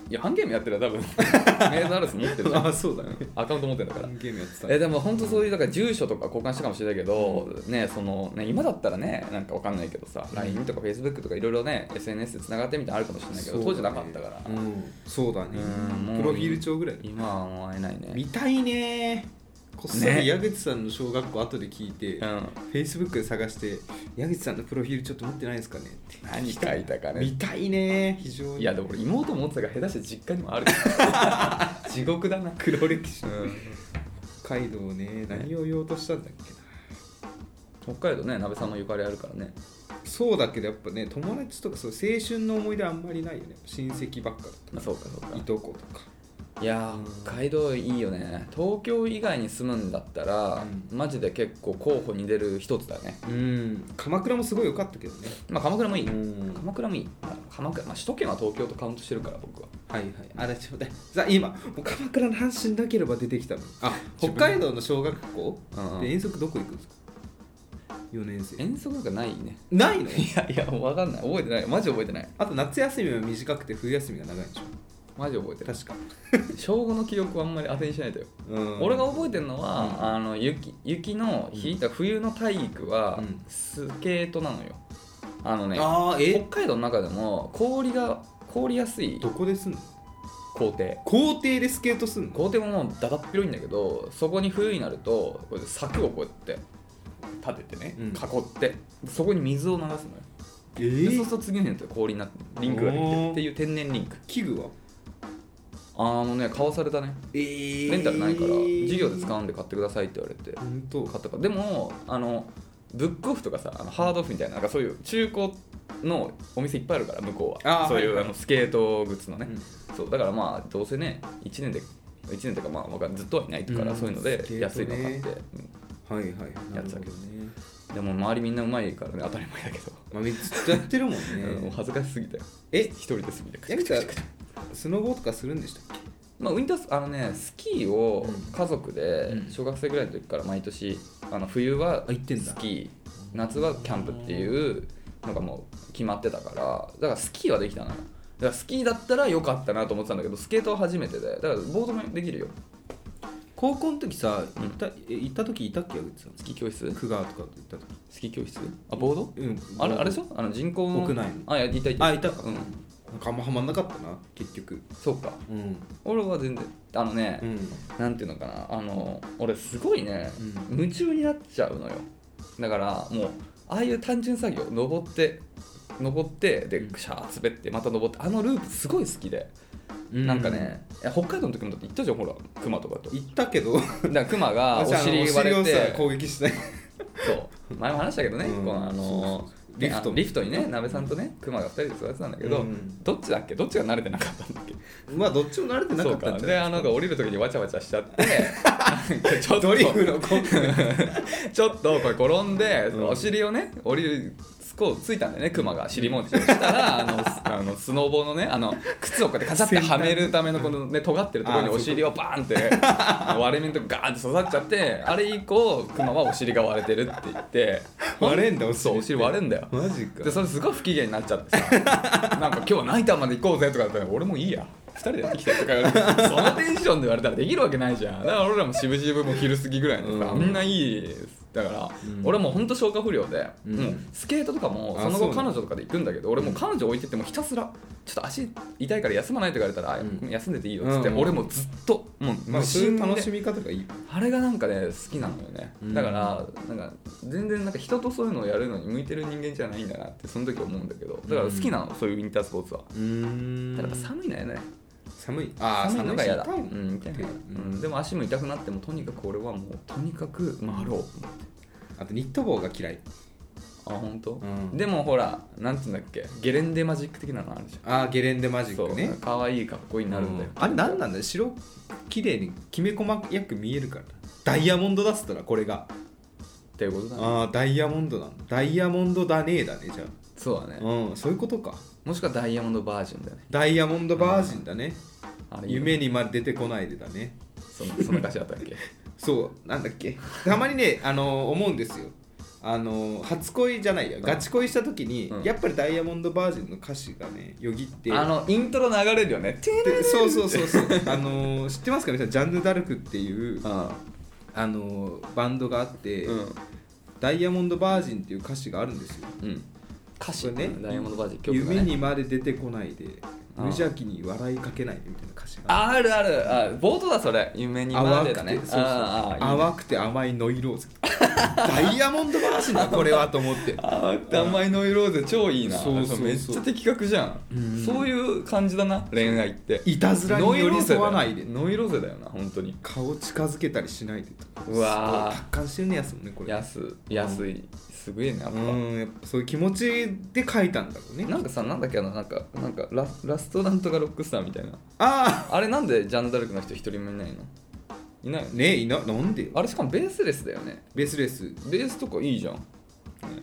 S2: いや、ハンゲームやってるよ、多分メールアドレス持ってるじ
S1: た
S2: ゃん。
S1: そうだね
S2: アカウント持ってるんだから。
S1: 半ゲームやってた
S2: えでも本当そういうだから住所とか交換したかもしれないけど、ねそのね今だったらねなんかわかんないけどさ、
S1: うん
S2: LINE とか Facebook とかいろいろね SNS でつながってみたいなのあるかもしれないけど、当時なかったから、
S1: うんそうだね
S2: うんもう
S1: プロフィール帳ぐらい
S2: 今はもう会えないね
S1: 見たいねこっそ
S2: ね
S1: り矢口さんの小学校後で聞いて
S2: うん
S1: Facebook で探して矢口さんのプロフィールちょっと持ってないですかねって
S2: 何書いたかね
S1: 見たいね非常に
S2: いやでも俺妹持ってたから下手して実家にもある 地獄だな
S1: 黒歴史
S2: う
S1: の
S2: ん
S1: 北海道ね何を言おうとしたんだっけな
S2: 北海道ね鍋さんもゆかりあるからね
S1: そうだけどやっぱね友達とかそう青春の思い出あんまりないよね親戚ばっかだ
S2: まあそうかそ
S1: と
S2: うか
S1: かいとことか
S2: いやー北海道いいよね東京以外に住むんだったら、マジで結構候補に出る一つだね
S1: うん鎌倉もすごい良かったけどね
S2: まあ鎌倉もいい、
S1: ん
S2: 鎌倉もいいまあ鎌倉、まあ、首都圏は東京とカウントしてるから僕は
S1: はいはいあれちょうだいさ今もう鎌倉の話なければ出てきたのあ北海道の小学校
S2: うんうん
S1: で遠足どこ行くんですか4年生
S2: 遠足なんかないね
S1: ないの
S2: いやいや分かんない覚えてないマジ覚えてない
S1: あと夏休みは短くて冬休みが長いんでしょ
S2: マジ覚えてない
S1: 確か、
S2: 小5の記憶はあんまり当てにしないでよ、
S1: うん
S2: 俺が覚えてるのは、あの雪雪の日、だから冬の体育は
S1: うん
S2: スケートなのよあのね
S1: ああ
S2: 北
S1: え
S2: 海道の中でも氷が凍りやすい
S1: どこですんの
S2: 校庭
S1: 校庭でスケートすんの
S2: 校庭ももうだだっ広いんだけどそこに冬になるとこうやって柵をこうやって立ててね、
S1: うん
S2: 囲ってそこに水を流すのよ、
S1: え
S2: でそ
S1: ー
S2: うすると次の日の氷になってリンクができてるっていう天然リンク
S1: 器具は
S2: あのね買わされたね
S1: えー
S2: レンタルないから授業で使うんで買ってくださいって言われて
S1: 本当
S2: 買ったからでもあのブックオフとかさあのハードオフみたいななんかそういう中古のお店いっぱいあるから向こう
S1: あ
S2: は
S1: ー
S2: そういう
S1: はい
S2: あのスケートグッズのね、
S1: うん
S2: そうだからまあどうせね1年で1年とかまあわかんずっとはいないから、
S1: うん
S2: そういうので
S1: スケートね
S2: 安いの買って、
S1: はいはい
S2: やつだけど
S1: ね、
S2: うんでも周りみんなうまいからね当たり前だけど、
S1: まあ、ずっとやってるもんね
S2: うんもう恥ずかしすぎたよ
S1: え
S2: 一人ですみたい
S1: や
S2: な
S1: みちゃんスノボとかするんでしたっけ
S2: まあ、ウィンタースあのねスキーを
S1: うん
S2: 家族で
S1: うん
S2: 小学生ぐらいの時から毎年あの冬は
S1: あ行ってんだ
S2: スキー夏はキャンプっていうのがもう決まってたからだからスキーはできたのよだからスキーだったらよかったなと思ってたんだけどスケートは初めてでだからボードもできるよ
S1: 高校の時さ
S2: うん
S1: 行った,、え行った時いたっけ矢口さん
S2: スキー教室
S1: 久川とかと行った時
S2: スキー教室あボード
S1: うん
S2: あれあれでしょあの人工の
S1: 屋内の
S2: あいやいたいた
S1: あいたか
S2: うん
S1: なんかあんまハマんなかったな結局
S2: そうか
S1: うん
S2: 俺は全然あのね、
S1: うん
S2: なんていうのかなあの俺すごいね、
S1: う
S2: 夢中になっちゃうのよだからもうああいう単純作業登って登ってで
S1: うん
S2: クシャー滑ってまた登ってあのループすごい好きで、なんかねいや北海道の時もだって行ったじゃんほらクマとかと
S1: 行ったけど
S2: だからクマ がお尻割れ
S1: お尻をさ
S2: て
S1: 攻撃して
S2: そう前も話したけどね、
S1: うん
S2: このあの
S1: そうリフト
S2: ねあリフトにね鍋さんとねクマが2人で座ってたんだけど、
S1: うん
S2: どっちだっけどっちが慣れてなかったんだっけ
S1: まあどっちも慣れてな
S2: そ
S1: か
S2: う
S1: った
S2: か
S1: んじゃ
S2: で
S1: ない
S2: あのなんか降りる時にわちゃわちゃしちゃって なんかちょっと
S1: ドリフのコンビ
S2: ちょっとこれ転んで、
S1: うん
S2: お尻をね降りるこうついたんだよねクマが尻餅をしたらあのスあのスノボのねあの靴をこうやってカチャってはめるためのこのね尖ってるところに
S1: あー
S2: お尻をバーンって割れ目のとこガーンって刺さっちゃってあれ以降クマはお尻が割れてるって言って
S1: 割れんだお
S2: そうお尻割れんだよ
S1: マジか
S2: でそれすごい不機嫌になっちゃっ てさなんか今日はナイターまで行こうぜとか言ったら俺もういいや2人でやってきてとか言われて そのテンションで言われたらできるわけないじゃんだから俺らも渋々もう昼過ぎぐらいでさ、
S1: うん
S2: みんないいだから、
S1: うん
S2: 俺もうほんと消化不良で、
S1: うん
S2: もうスケートとかも
S1: あ
S2: その
S1: そう
S2: 後
S1: なんだ
S2: 彼女とかで行くんだけど俺もう彼女置いてってもうひたすらちょっと足痛いから休まないとか言われたら、
S1: うん
S2: 休んでていいよっつって、
S1: うん
S2: 俺もうずっともう
S1: まあ
S2: 無
S1: そうい
S2: 心
S1: う
S2: で、
S1: 楽しみ方がいい
S2: あれがなんかね好きなのよね、
S1: うん
S2: だからなんか全然なんか人とそういうのをやるのに向いてる人間じゃないんだなってその時思うんだけどだから好きなの、そういうウィンタースポーツは
S1: うん
S2: だから寒いのやね
S1: 寒いああ
S2: 寒いのが嫌だ、
S1: 寒いし
S2: うんみたいな、うん、でも足も痛くなってもとにかく俺はもうとにかく回ろう
S1: あとニット帽が嫌い
S2: あ本当、
S1: うん
S2: でもほらなんて言うんだっけゲレンデマジック的なのあるじゃ
S1: ああゲレンデマ
S2: ん
S1: ジ
S2: そ
S1: ッ
S2: う
S1: クね
S2: 可愛いかっこいいになるんだよ、
S1: うあれ何なんだよ白綺麗にきめ細やく見えるからダイヤモンドだっつったらこれが
S2: っていうことだね
S1: ああダイヤモンドなんだダイヤモンドだねえだねじゃ
S2: そうだね
S1: あ、うんそういうことか
S2: もしくはダイヤモンドバージョンだよね
S1: ダイヤモンドバージンだね、
S2: あれ
S1: 夢にまで出てこないでだね
S2: そんなそんな歌詞あったっ け
S1: そうなんだっけたまにねあの思うんですよあの初恋じゃないやガチ恋した時に、
S2: うん
S1: やっぱりダイヤモンドバージンの歌詞がねよぎって
S2: あのイントロ流れるよね
S1: でそうそうそうそうあのー知ってますか皆さんジャンヌ・ダルクっていう
S2: うん
S1: あのーバンドがあって、
S2: うん
S1: ダイヤモンドバージンっていう歌詞があるんですよ
S2: うん、歌詞
S1: これ
S2: ね
S1: ね
S2: ダイヤモンドバージョン曲が、ね、
S1: 夢にまで出てこないで
S2: あー
S1: 無邪気に笑いかけないでみたいな歌詞がある
S2: あるあるあ冒頭だそれ夢にまでだね
S1: 淡くてそうそう
S2: あーあーいいね
S1: 淡くて甘いノイローゼダイヤモンドバージンだこれはと思って
S2: 淡くて甘いノイローゼ超いいな
S1: そうそうそう
S2: めっちゃ的確じゃん、
S1: うん
S2: そういう感じだな恋愛って
S1: いたずら
S2: ノ
S1: に
S2: イ
S1: 寄
S2: ロ
S1: り
S2: ーゼ
S1: 添
S2: だよ
S1: わないで
S2: ノイローゼだよな本当に
S1: 顔近づけたりしないでと
S2: うわー
S1: すごい達観してるねやつもんねこれ
S2: 安安いすげえねやっぱ、
S1: うんやっぱそういう気持ちで書いたんだろうね
S2: なんかさなんだっけあのなんかなんかララストなんとかロックスターみたいな
S1: あ
S2: あれなんでジャンダルクの人一人もいないのいないよ
S1: あ
S2: ね
S1: ねいななんでよ
S2: あれしかもベースレスだよね
S1: ベースレス
S2: ベースとかいいじゃん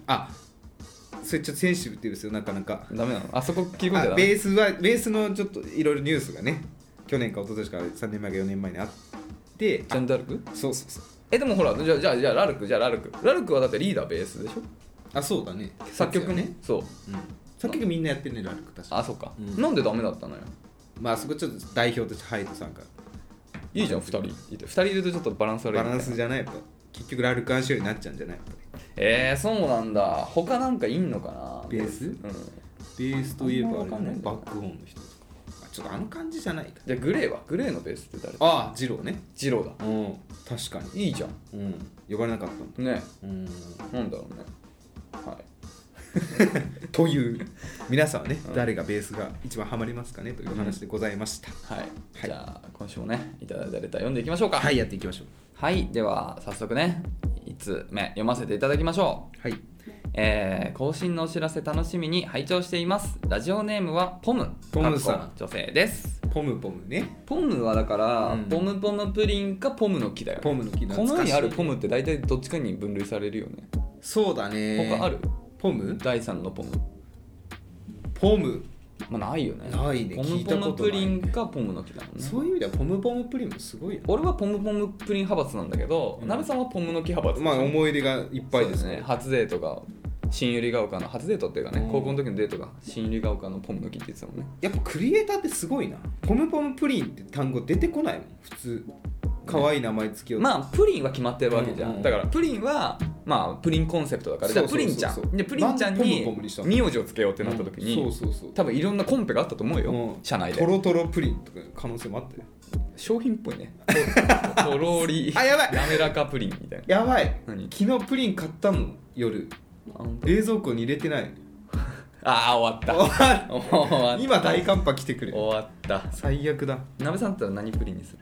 S1: あそれちょっとセンシティブですよなかなか
S2: ダメなのあそこ聞い込んじゃ
S1: あ
S2: ダ
S1: ベ
S2: メ
S1: ースはベースのちょっといろいろニュースがね去年か一昨年か3年前か4年前にあって
S2: ジャンダルク
S1: そうそうそう
S2: えでもほらじゃあじゃあじゃあラルクじゃあラルクラルクはだってリーダーベースでしょ
S1: あそうだね
S2: 作曲ねそう
S1: うん作曲みんなやってるねラルク確か
S2: あそっか、
S1: うん
S2: なんでダメだったのよ
S1: まあそこちょっと代表としてハイトさんから
S2: いいじゃん2人いて2人いるとちょっとバランス悪い
S1: バ
S2: みたい
S1: ラ
S2: な
S1: ンスじゃないやっぱ結局ラルクアンシオになっちゃうんじゃないやっぱり
S2: えー、そうなんだ他なんかいんのかな
S1: ベース
S2: うん
S1: ベースといえばあれ
S2: あ
S1: だ
S2: んまわかんな
S1: ね
S2: いん
S1: バ
S2: だよね
S1: ックホーンの人とかあちょっとあの感じじゃないか
S2: じゃあグレーはグレーのベースって誰
S1: ああ二郎ね
S2: ジローだ
S1: うん確かに
S2: いいじゃん
S1: うん呼ばれなかったんだ
S2: ね
S1: うん
S2: なんだろうねはい
S1: という皆さんはね、誰がベースが一番ハマりますかねというお話でございました、
S2: はい、
S1: はい
S2: じゃあ今週もねいただいたレター読んでいきましょうか
S1: はいやっていきましょう
S2: はい、では早速ね5つ目読ませていただきましょう
S1: はい
S2: えー更新のお知らせ楽しみに拝聴していますラジオネームはポム
S1: ポムさん
S2: かっこ女性です
S1: ポムポムね
S2: ポムはだから、
S1: うん
S2: ポムポムプリンかポムの木だよね
S1: ポムの木
S2: この世にあるポ
S1: ム
S2: ムって大体どっちかに分類されるよね、
S1: そうだね
S2: 他ある
S1: ポム
S2: 第3のポム
S1: ポム
S2: まあないよね
S1: ないね
S2: ポ
S1: 聞
S2: ム
S1: い
S2: ポ
S1: たこ
S2: ム
S1: とな
S2: プ
S1: い
S2: リンかポムの木だもんね
S1: そういう意味ではポムポムプリンもすごいよね
S2: 俺はポムポムプリン派閥なんだけど、
S1: うん
S2: なべさんはポムの木派閥
S1: まあ
S2: いっ
S1: 思い出がいっぱいですね
S2: ね初デートが新百合ヶ丘の初デートっていうかね、
S1: うん
S2: 高校の時のデートが新百合ヶ丘のポムの木って言ってたもんね
S1: やっぱクリエイターってすごいなポムポムプリンって単語出てこないもん普通可愛い名前つけよう
S2: まあプリンは決まってるわけじゃん、
S1: うんうん
S2: だからプリンはまあプリンコンセプトだからじ
S1: そ
S2: ゃ
S1: う
S2: あ
S1: そ
S2: プ
S1: うそう
S2: リ
S1: そう
S2: ンちゃんでプリンちゃんに
S1: バンポムポムにしたの
S2: 名字をつけようってなった時に、
S1: うんそうそうそう
S2: 多分いろんなコンペがあったと思うよ、
S1: うん
S2: 社内
S1: ト
S2: で
S1: ロトロプリンとか可能性もあったよ
S2: 商品っぽい ねとろり
S1: あやばい
S2: 滑らかプリンみたいな
S1: やばい
S2: 何
S1: 昨日プリン買ったもん夜
S2: あ本当
S1: 冷蔵庫に入れて ない
S2: あー終わった
S1: 終
S2: 終わった
S1: 今大寒波来てくれ
S2: 終わった
S1: 最悪だ
S2: 鍋さんだったら何プリンにする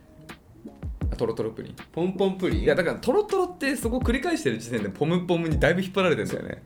S2: あトロトロプリン
S1: ポンポンプリン
S2: いやだからトロトロってそこ繰り返してる時点でポムポムにだいぶ引っ張られてんだよね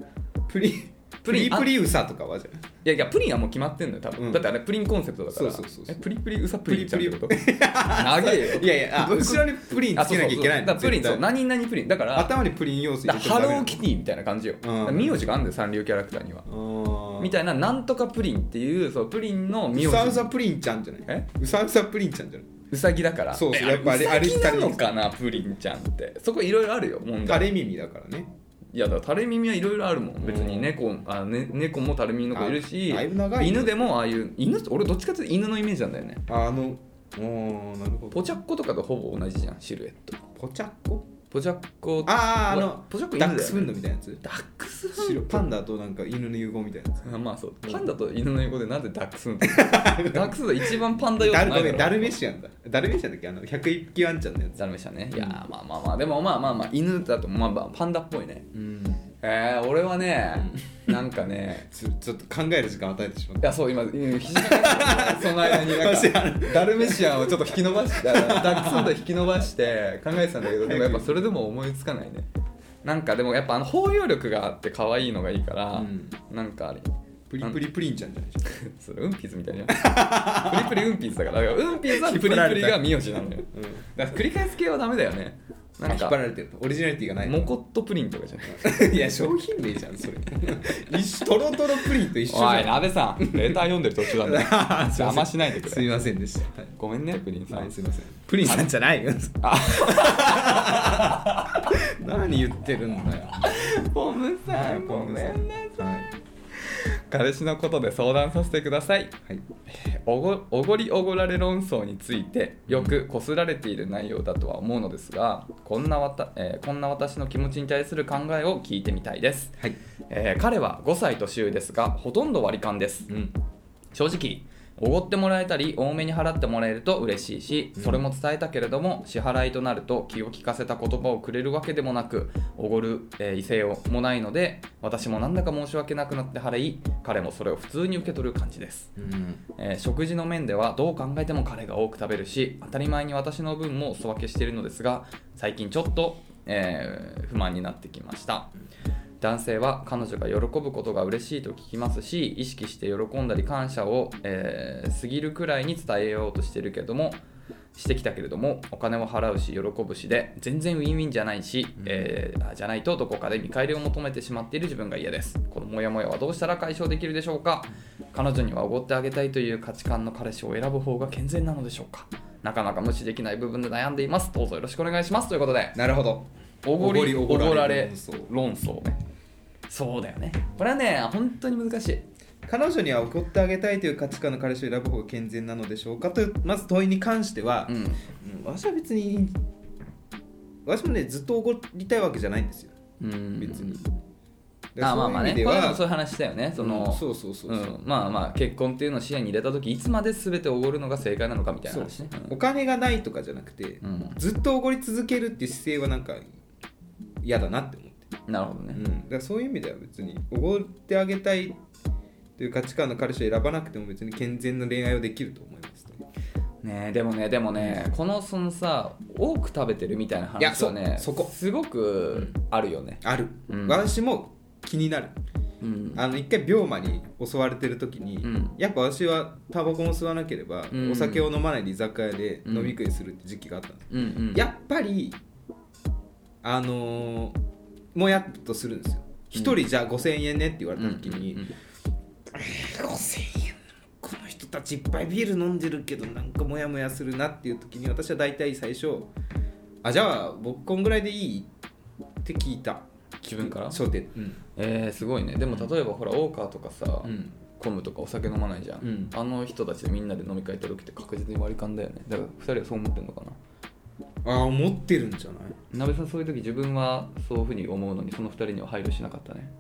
S1: プリン
S2: プ
S1: プ
S2: リン
S1: リプリウサとかはじゃん
S2: いやいやプリンはもう決まってんのよ多分、
S1: うん
S2: だってあれプリンコンセプトだから
S1: そうそうそうそう
S2: えプリプリウサプリンちゃんってこと
S1: プ
S2: 長えよ
S1: いやいやあ
S2: どううこと
S1: 後ろにプリンつけなきゃいけないの
S2: あそうそうそうだからプリ
S1: 絶
S2: ン
S1: 対
S2: そう何々プリンだから
S1: 頭にプリン要素入
S2: だ
S1: れ
S2: か
S1: て
S2: らハロー
S1: ー
S2: キティみたいな感じよ、
S1: うん
S2: だから名字があるんだよサンリオキャラクターには、みたいななんとかプリンっていうそうプリンの名字
S1: うさうさプリンちゃんじゃない
S2: え
S1: うさうさプリンちゃんじゃな
S2: うさぎだから
S1: そうそう
S2: え
S1: やっぱあれ
S2: うさぎ
S1: あれ
S2: なのかなプリンちゃんってそこいろいろあるよ問
S1: い
S2: 題
S1: 垂れ耳だからね
S2: いやだから垂れ耳はいろいろあるもん別に
S1: うん
S2: 猫あ、ね、猫も垂れ耳の子いるし
S1: あだいぶ長いよ
S2: 犬でもああいう犬って俺どっちかっていうと犬のイメージなんだよね
S1: あのおーなるほど
S2: ポチャッコとかとほぼ同じじゃんシルエット
S1: ポチャッコ
S2: ポチャッコ
S1: あああの
S2: ポチャッコ犬だ
S1: ダッ
S2: よ、ね、
S1: クスフンドみたいなやつ
S2: ダックスフン
S1: 白パンダとなんか犬の融合みたいなやつ
S2: ドまあそうパンダと犬の横でなんでダックスフンド ダックスフンド一番パンダ用じ
S1: ダ
S2: ゃ
S1: ル
S2: ない
S1: ごめ
S2: だ
S1: ん
S2: ろ
S1: ダルメシアンだダルメシアンだっけあの101匹ワンちゃんのやつ
S2: ダルメシャねいやーまあまあまあでもまあまあまあ犬だとまあまあパンダっぽいねえー、俺はねなんかね
S1: ちょちょっと考える時間与えてしまっ
S2: いやそう今うん肘掛けてその間 になんかダルメシアンをちょっと引き伸ばしてダックスフンド引き伸ばして考えてたんだけどでもやっぱそれでも思いつかないねなんかでもやっぱあの包容力があって可愛いのがいいから、
S1: た、うん、
S2: なんかあれ
S1: プリプリプリンちゃんじゃないですか
S2: それウンピースみたいじゃんプリプリウンピースだ からだからウンピースはプリプリが名字なのよ
S1: うん
S2: だから繰り返す系はダメだよねな
S1: 引
S2: ん
S1: っ張
S2: から
S1: れてるオリジナリティがない
S2: モコットプリンとかじゃない
S1: いや商品名じゃん それ一緒トロトロプリンと一緒じ
S2: おい
S1: ゃん
S2: 鍋さんレーター読んでる途中な んだ邪魔しないでく
S1: す
S2: れ
S1: みませんでした、はい
S2: ごめんねプリンさ
S1: は
S2: ん
S1: い、すいませんプリンさんじゃないよ 何言ってるんだよ
S2: ポム
S1: はいポンさんはい
S2: 彼氏のことで相談させてください
S1: はい
S2: おごおごりおごられ論争についてよくこすられている内容だとは思うのですがこんなわた、えーこんな私の気持ちに対する考えを聞いてみたいです、
S1: はい
S2: えー彼は5歳年上ですがほとんど割り勘です
S1: うん
S2: 正直おごってもらえたり多めに払ってもらえると嬉しいしそれも伝えたけれども支払いとなると気を利かせた言葉をくれるわけでもなくおごる、えー、異性をもないので私もなんだか申し訳なくなって払い彼もそれを普通に受け取る感じです
S1: うん
S2: えー食事の面ではどう考えても彼が多く食べるし当たり前に私の分もお裾分けしているのですが最近ちょっと、えー不満になってきました男性は彼女が喜ぶことが嬉しいと聞きますし意識して喜んだり感謝を、えー過ぎるくらいに伝えようとしてるけどもしてきたけれどもお金を払うし喜ぶしで全然ウィンウィンじゃないし、えーあじゃないとどこかで見返りを求めてしまっている自分が嫌ですこのモヤモヤはどうしたら解消できるでしょうか彼女にはおごってあげたいという価値観の彼氏を選ぶ方が健全なのでしょうかなかなか無視できない部分で悩んでいますどうぞよろしくお願いしますということで
S1: なるほど
S2: おごりお
S1: お
S2: ご
S1: ごり
S2: ら
S1: お
S2: れ
S1: ごられ
S2: 論争ねそうだよねこれはね本当に難しい
S1: 彼女には怒ってあげたいという価値観の彼氏を選ぶ方が健全なのでしょうかというまず問いに関しては
S2: う、ん
S1: うん私は別に私もねずっと怒りたいわけじゃないんですよ
S2: うん
S1: 別に、
S2: あまあまあね
S1: そういう意味で
S2: これは
S1: は
S2: もそういう話だよねその、
S1: うんそうそうそうそう、
S2: うん、まあまあ結婚っていうのを視野に入れた時いつまで全ておごるのが正解なのかみたいな話ね
S1: お金がないとかじゃなくて、
S2: うん、
S1: ずっと怒り続けるっていう姿勢はなんか嫌だなって思って、
S2: うんなるほど
S1: う
S2: ね
S1: ん、だからそういう意味では別におごってあげたいという価値観の彼氏を選ばなくても別に健全な恋愛はできると思います、ね、
S2: ねえでもねでもねこのそのさ多く食べてるみたいない
S1: や
S2: 話
S1: そ
S2: はね
S1: そこ
S2: すごくあるよね
S1: ある、
S2: うん
S1: 私も気になる
S2: うん
S1: あの一回病魔に襲われてる時に、
S2: うん
S1: やっぱ私はタバコも吸わなければ、
S2: うん
S1: お酒を飲まないで居酒屋で
S2: うん
S1: 飲み食いするって時期があったんです、
S2: うんうん
S1: やっぱりあのーもやっとするんですよ一人じゃあ5000円ねって言われた時に、
S2: うんうんうん
S1: 5000円この人たちいっぱいビール飲んでるけどなんかモヤモヤするなっていう時に私は大体最初あじゃあ僕こんぐらいでいいって聞いた
S2: 自分から
S1: そうでうん
S2: えー、すごいねでも例えばほら大川とかさ、
S1: うん
S2: コムとかお酒飲まないじゃん、
S1: うん
S2: あの人たちでみんなで飲み会行った時って確実に割り勘だよねだから2人はそう思ってんのかな
S1: ああ思ってるんじゃない
S2: 鍋さんそういう時自分はそういうふうに思うのにその2人には配慮しなかったね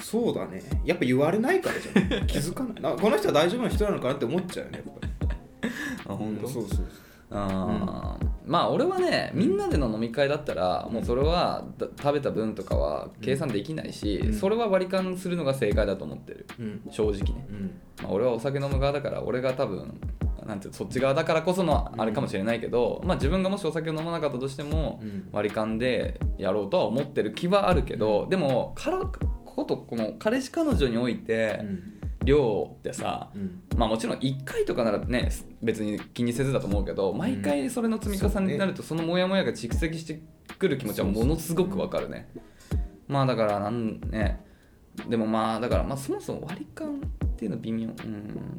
S1: そうだねやっぱ言われないからじゃ ない気づかないなこの人は大丈夫な人なのかなって思っちゃうよねやっぱり
S2: あ本当
S1: そうそうそう
S2: あーまあ俺はねみんなでの飲み会だったらもうそれはだ食べた分とかは計算できないし、
S1: うん
S2: それは割り勘するのが正解だと思ってる
S1: うん
S2: 正直ね、
S1: うん
S2: まあ、俺はお酒飲む側だから俺が多分なんていうのそっち側だからこそのあれかもしれないけど、まあ自分がもしお酒を飲まなかったとしても
S1: うん
S2: 割り勘でやろうとは思ってる気はあるけど、でもからことこの彼氏彼女において量ってさ、
S1: うん
S2: まあもちろん1回とかならね別に気にせずだと思うけど毎回それの積み重ねになるとそのモヤモヤが蓄積してくる気持ちはものすごくわかるねまあだからなんねでもまあだからまあそもそも割り勘っていうのは微妙うん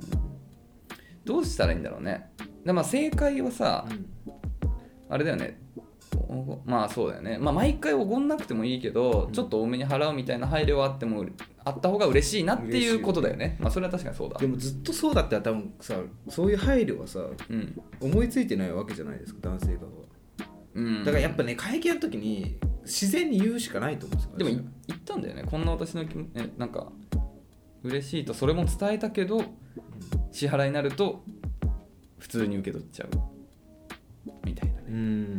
S2: どうしたらいいんだろうねでまあ正解はさあれだよねおごまあそうだよねまあ毎回おごんなくてもいいけど、ちょっと多めに払うみたいな配慮はあってもあった方が嬉しいなっていうことだよねまあそれは確かにそうだ
S1: でもずっとそうだったら多分さそういう配慮はさ
S2: うん
S1: 思いついてないわけじゃないですか男性側は
S2: うん
S1: だからやっぱね会計の時に自然に言うしかないと思うん
S2: で
S1: です
S2: も
S1: よ
S2: い言ったんだよねこんな私の気持えなんか嬉しいとそれも伝えたけど支払いになると普通に受け取っちゃうみたいなね
S1: うん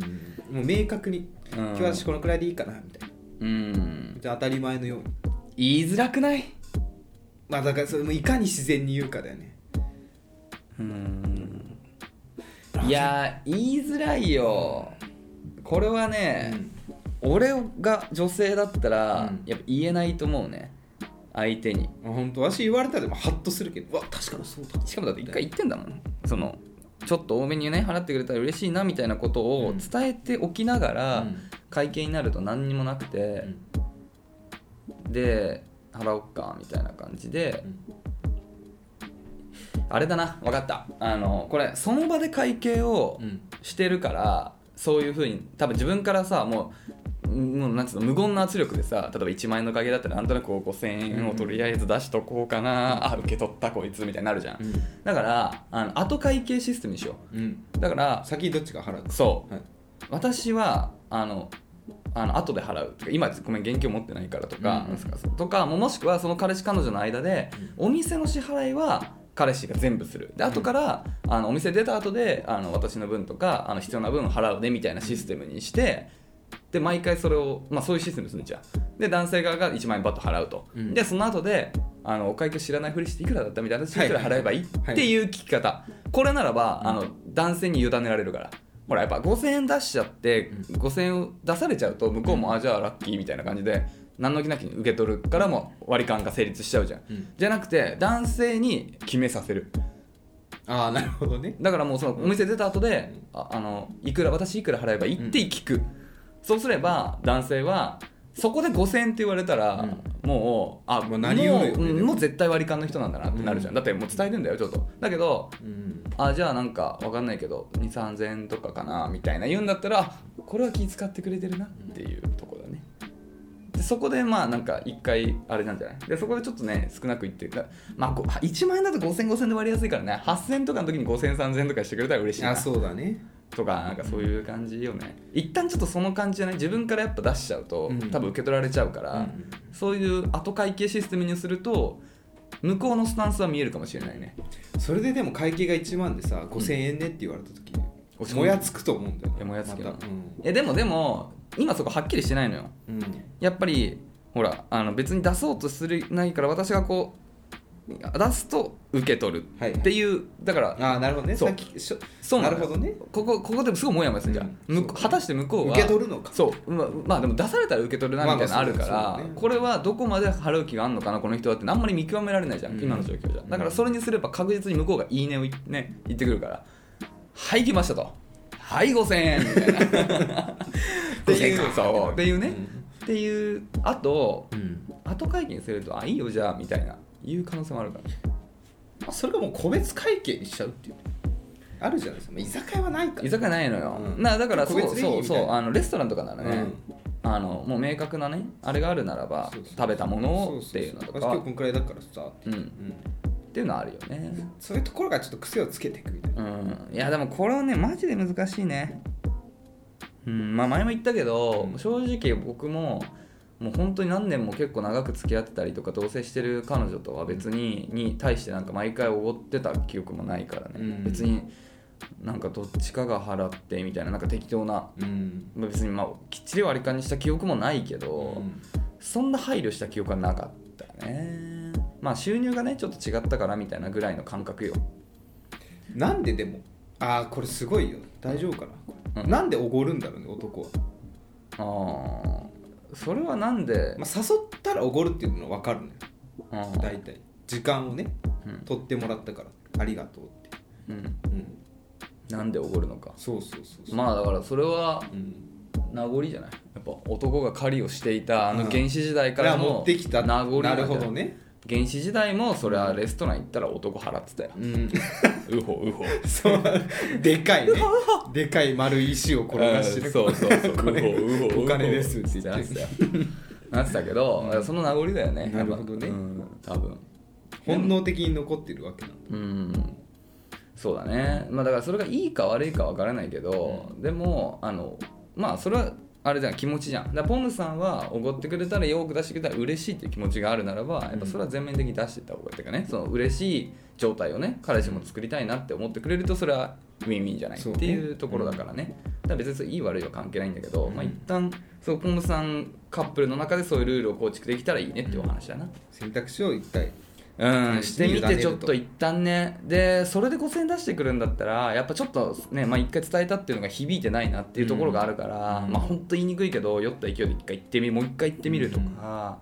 S1: もう明確に
S2: うん
S1: 今日私このくらいでいいかなみたいな
S2: うん
S1: 当たり前のように
S2: 言いづらくない
S1: まあだからそれもいかに自然に言うかだよね
S2: うんいやー言いづらいよこれはね、俺が女性だったら、
S1: うん
S2: やっぱ言えないと思うね相手に
S1: あ本当私言われたらでもハッとするけどうわ確かにそうだ
S2: しかもだって一回言ってんだもんそのちょっと多めにね払ってくれたら嬉しいなみたいなことを
S1: うん
S2: 伝えておきながら、会計になると何にもなく
S1: う
S2: て、
S1: ん
S2: で払おっかみたいな感じで
S1: う、ん
S2: あれだな分かったあのこれその場で会計を
S1: うん
S2: してるからそういうふうに多分自分からさもうもうなんつうの無言の圧力でさ例えば1万円の会計だったらなんとなくこう5000円をとりあえず出しとこうかな、あ受け取ったこいつみたいになるじゃん、だからあの後会計システムにしよ
S1: うんうん
S2: うだから
S1: 先にどっちが払うか
S2: そう
S1: はい
S2: 私はあのあの後で払うとか今ごめん現金を持ってないからとか,、
S1: うんうん
S2: とかもうもしくはその彼氏彼女の間で、お店の支払いは彼氏が全部するで後から、あのお店出た後であの私の分とかあの必要な分払うねみたいなシステムにしてで毎回それを、まあ、そういうシステムするんじゃんで男性側が1万円バッと払うと、
S1: うん
S2: でその後であのお会計知らないふりしていくらだったみたいな私いくら払えばいい
S1: はい
S2: っていう聞き方、これならば、あの男性に委ねられるからほらやっぱ5000円出しちゃって、5000円を出されちゃうと向こうも、あじゃあラッキーみたいな感じで何の気なきに受け取るからも割り勘が成立しちゃうじゃん、
S1: うん
S2: じゃなくて男性に決めさせる
S1: ああなるほどね
S2: だからもうそのお店出た後で、ああのいくら私いくら払えばいいって聞く、そうすれば男性はそこで5000円って言われたら、もうあ
S1: まあなり得るよね
S2: もううん
S1: でも
S2: もう絶対割り勘の人なんだなってなるじゃん、だってもう伝えてんだよちょっとだけど
S1: うん
S2: あじゃあなんかわかんないけど2 3 0 0円とかかなみたいな言うんだったらあこれは気遣ってくれてるなっていうとこだねでそこでまあなんか1回あれなんじゃないでそこでちょっとね少なくいってだまあこ1万円だと50005000で割りやすいからね8000円とかの時に50003000円とかしてくれたら嬉しいな
S1: あそうだね
S2: とかなんかそういう感じよね一旦ちょっとその感じじゃない自分からやっぱ出しちゃうと、
S1: うん
S2: 多分受け取られちゃうから、
S1: うん
S2: そういう後会計システムにすると向こうのスタンスは見えるかもしれないね
S1: それででも会計が1万でさ5000円ねって言われた時
S2: うん
S1: もやつくと思うんだよ
S2: い
S1: ね
S2: やもやつくよ
S1: またうん
S2: えでもでも今そこはっきりしてないのよ
S1: うん
S2: やっぱりほらあの別に出そうとするないから私がこう出すと受け取る
S1: はい
S2: っていうだから
S1: ああなるほどね
S2: そう
S1: さっきしょ
S2: そう
S1: な
S2: なの
S1: る
S2: よ
S1: ほどね
S2: ここここでもすごいモヤモヤするじゃん、
S1: うん
S2: 向こう果たして向こうは
S1: 受け取るのか
S2: そうまあまあでも出されたら受け取るなみたいなのあるから、
S1: まあまあそうだそうだね
S2: これはどこまで払う気があるのかなこの人はってあんまり見極められないじゃん、
S1: うん
S2: 今の状況じゃ
S1: うん
S2: だからそれにすれば確実に向こうが「いいね」を言,、ね、言ってくるから「はい来ました」と「はい5000円」みたい なっていう
S1: 5000か
S2: そうっていうね、
S1: うん
S2: っていうあと
S1: うん
S2: 後会見すると「あいいよじゃあ」みたいないう可能性もあるから
S1: それがもう個別会計にしちゃうっていうあるじゃないですか居酒屋はないから
S2: 居酒屋ないのよ、
S1: うん
S2: なだから
S1: 個
S2: そう
S1: 別でいい
S2: そう
S1: み
S2: そ
S1: たいうな
S2: あのレストランとかならね、あのもう明確なねあれがあるならば
S1: そうそう
S2: 食べたものをっていうのと
S1: そうそうそう私今
S2: か
S1: 日こんくらいだからさ
S2: うん
S1: うん
S2: っていうのはあるよね
S1: そういうところがちょっと癖をつけていくみたいな
S2: うんいやでもこれはねマジで難しいねうんまあ前も言ったけど、正直僕ももう本当に何年も結構長く付き合ってたりとか同棲してる彼女とは別にに対してなんか毎回おごってた記憶もないからね、
S1: うん
S2: 別になんかどっちかが払ってみたいななんか適当な
S1: うん
S2: まあ別にまあきっちり割り勘にした記憶もないけど、そんな配慮した記憶はなかったねまあ収入がねちょっと違ったからみたいなぐらいの感覚よ
S1: なんででもああこれすごいよ大丈夫かな、
S2: うん
S1: なんでおごるんだろうね男は、
S2: ああそれはなんで、
S1: まあ、誘ったらおごるっていうのは分かるのよ
S2: あー
S1: 大体時間をね
S2: うん
S1: 取ってもらったからありがとうって、
S2: うん、
S1: うん、
S2: なんでおごるのか
S1: そうそうそうそう、
S2: まあだからそれは
S1: うん、
S2: 名残じゃないやっぱ男が狩りをしていたあ
S1: う
S2: の
S1: ん
S2: 原始時代か
S1: だから
S2: ら
S1: 持っ
S2: の
S1: てきた
S2: 名残
S1: なる
S2: んじ
S1: ほ
S2: ゃい
S1: どね
S2: 原始時代もそれはレストラン行ったら男払ってたよ
S1: うん
S2: うほうほ
S1: そうでか いねでかい丸い石を転がして
S2: う
S1: る
S2: んそうそうそ う
S1: これ
S2: うほううほう
S1: お金ですって言
S2: な
S1: っ
S2: っ
S1: て
S2: てたよなってたけど、その名残だよね
S1: なるほどね
S2: やっぱうん多分
S1: 本能的に残ってるわけなの
S2: うんそうだねまあだからそれがいいか悪いかわからないけど、でもあのまあそれはあれじゃん気持ちじゃんだからポムさんはおごってくれたらよく出してくれたら嬉しいっていう気持ちがあるならばやっぱそれは全面的に出していった方がっていうかねその嬉しい状態をね彼氏も作りたいなって思ってくれるとそれはウィンウィンじゃないって
S1: そうね
S2: いうところだからねだから別にそれいい悪いは関係ないんだけど、まあ一旦そうポムさんカップルの中でそういうルールを構築できたらいいねっていうお話だな、
S1: 選択肢を一体
S2: うん、してみ
S1: 委ね
S2: て
S1: ると
S2: ちょっと一旦ねでそれで5000円出してくるんだったらやっぱちょっとねまあ、一回伝えたっていうのが響いてないなっていうところがあるから、
S1: うん
S2: まあ本当言いにくいけど酔った勢いで一回行ってみもう一回行ってみるとか、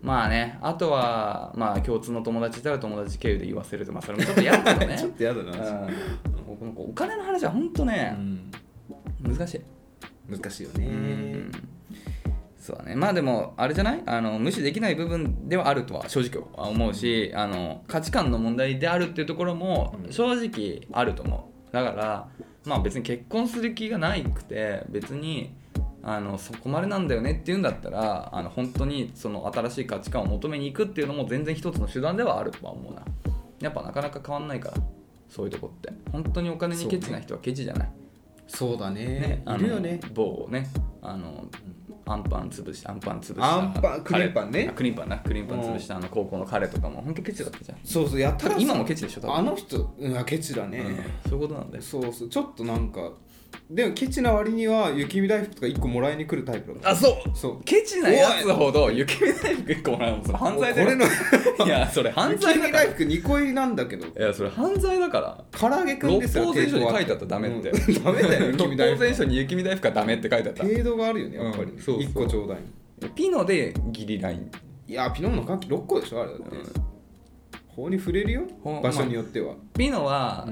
S2: まあねあとはまあ共通の友達いたら友達経由で言わせるとまあそ れもちょっと嫌だけどね
S1: ちょっとやだな、
S2: うん僕もこうお金の話は本当
S1: う
S2: ね、
S1: ん、
S2: 難しい、
S1: 難しいよね、
S2: うんそうだねまあでもあれじゃないあの無視できない部分ではあるとは正直思うし、あの価値観の問題であるっていうところも
S1: うん
S2: 正直あると思うだからまあ別に結婚する気がないくて別にあのそこまでなんだよねっていうんだったらあの本当にその新しい価値観を求めに行くっていうのも全然一つの手段ではあるとは思うなやっぱなかなか変わんないからそういうとこって本当にお金にケチな人はケチじゃない
S1: そうだね
S2: ね、あ
S1: い
S2: の
S1: るよね
S2: 某をねあのアンパン潰したアンパン潰した
S1: アンパンクリーンパンね
S2: あクリーンパンなクリーンパン潰したあの高校の彼とかも本当ケチだったじゃん
S1: そうそうやったら
S2: 今もケチでしょ多分
S1: あの人いやケチだね、
S2: うんそういうことなんだよ
S1: そうそうちょっとなんかでもケチな割には雪見大福とか1個もらいに来るタイプだから
S2: あそう
S1: そう
S2: ケチなやつほど雪見大福1個もらうのそれ犯罪だよ
S1: 俺の
S2: いやそれ犯罪
S1: 雪
S2: だ
S1: 見
S2: から
S1: 大
S2: い
S1: 福2個入りなんだけど
S2: やそれ犯罪だから
S1: 唐揚げくんで
S2: 六
S1: すら
S2: 法全書に書いてあったら
S1: ら
S2: ダメって、
S1: ダメだよ
S2: 六
S1: 雪見大
S2: 法
S1: 福
S2: 全書に雪見大福はダメって書いてあった
S1: 程度があるよねやっぱり、ね
S2: うんそうそう
S1: 1個ちょうだい
S2: ピノでギリライン
S1: いやピノンの牡蠣6個でしょあれだって、
S2: うん
S1: 法に触れるよ
S2: ほん
S1: 場所によっては、
S2: ピノは、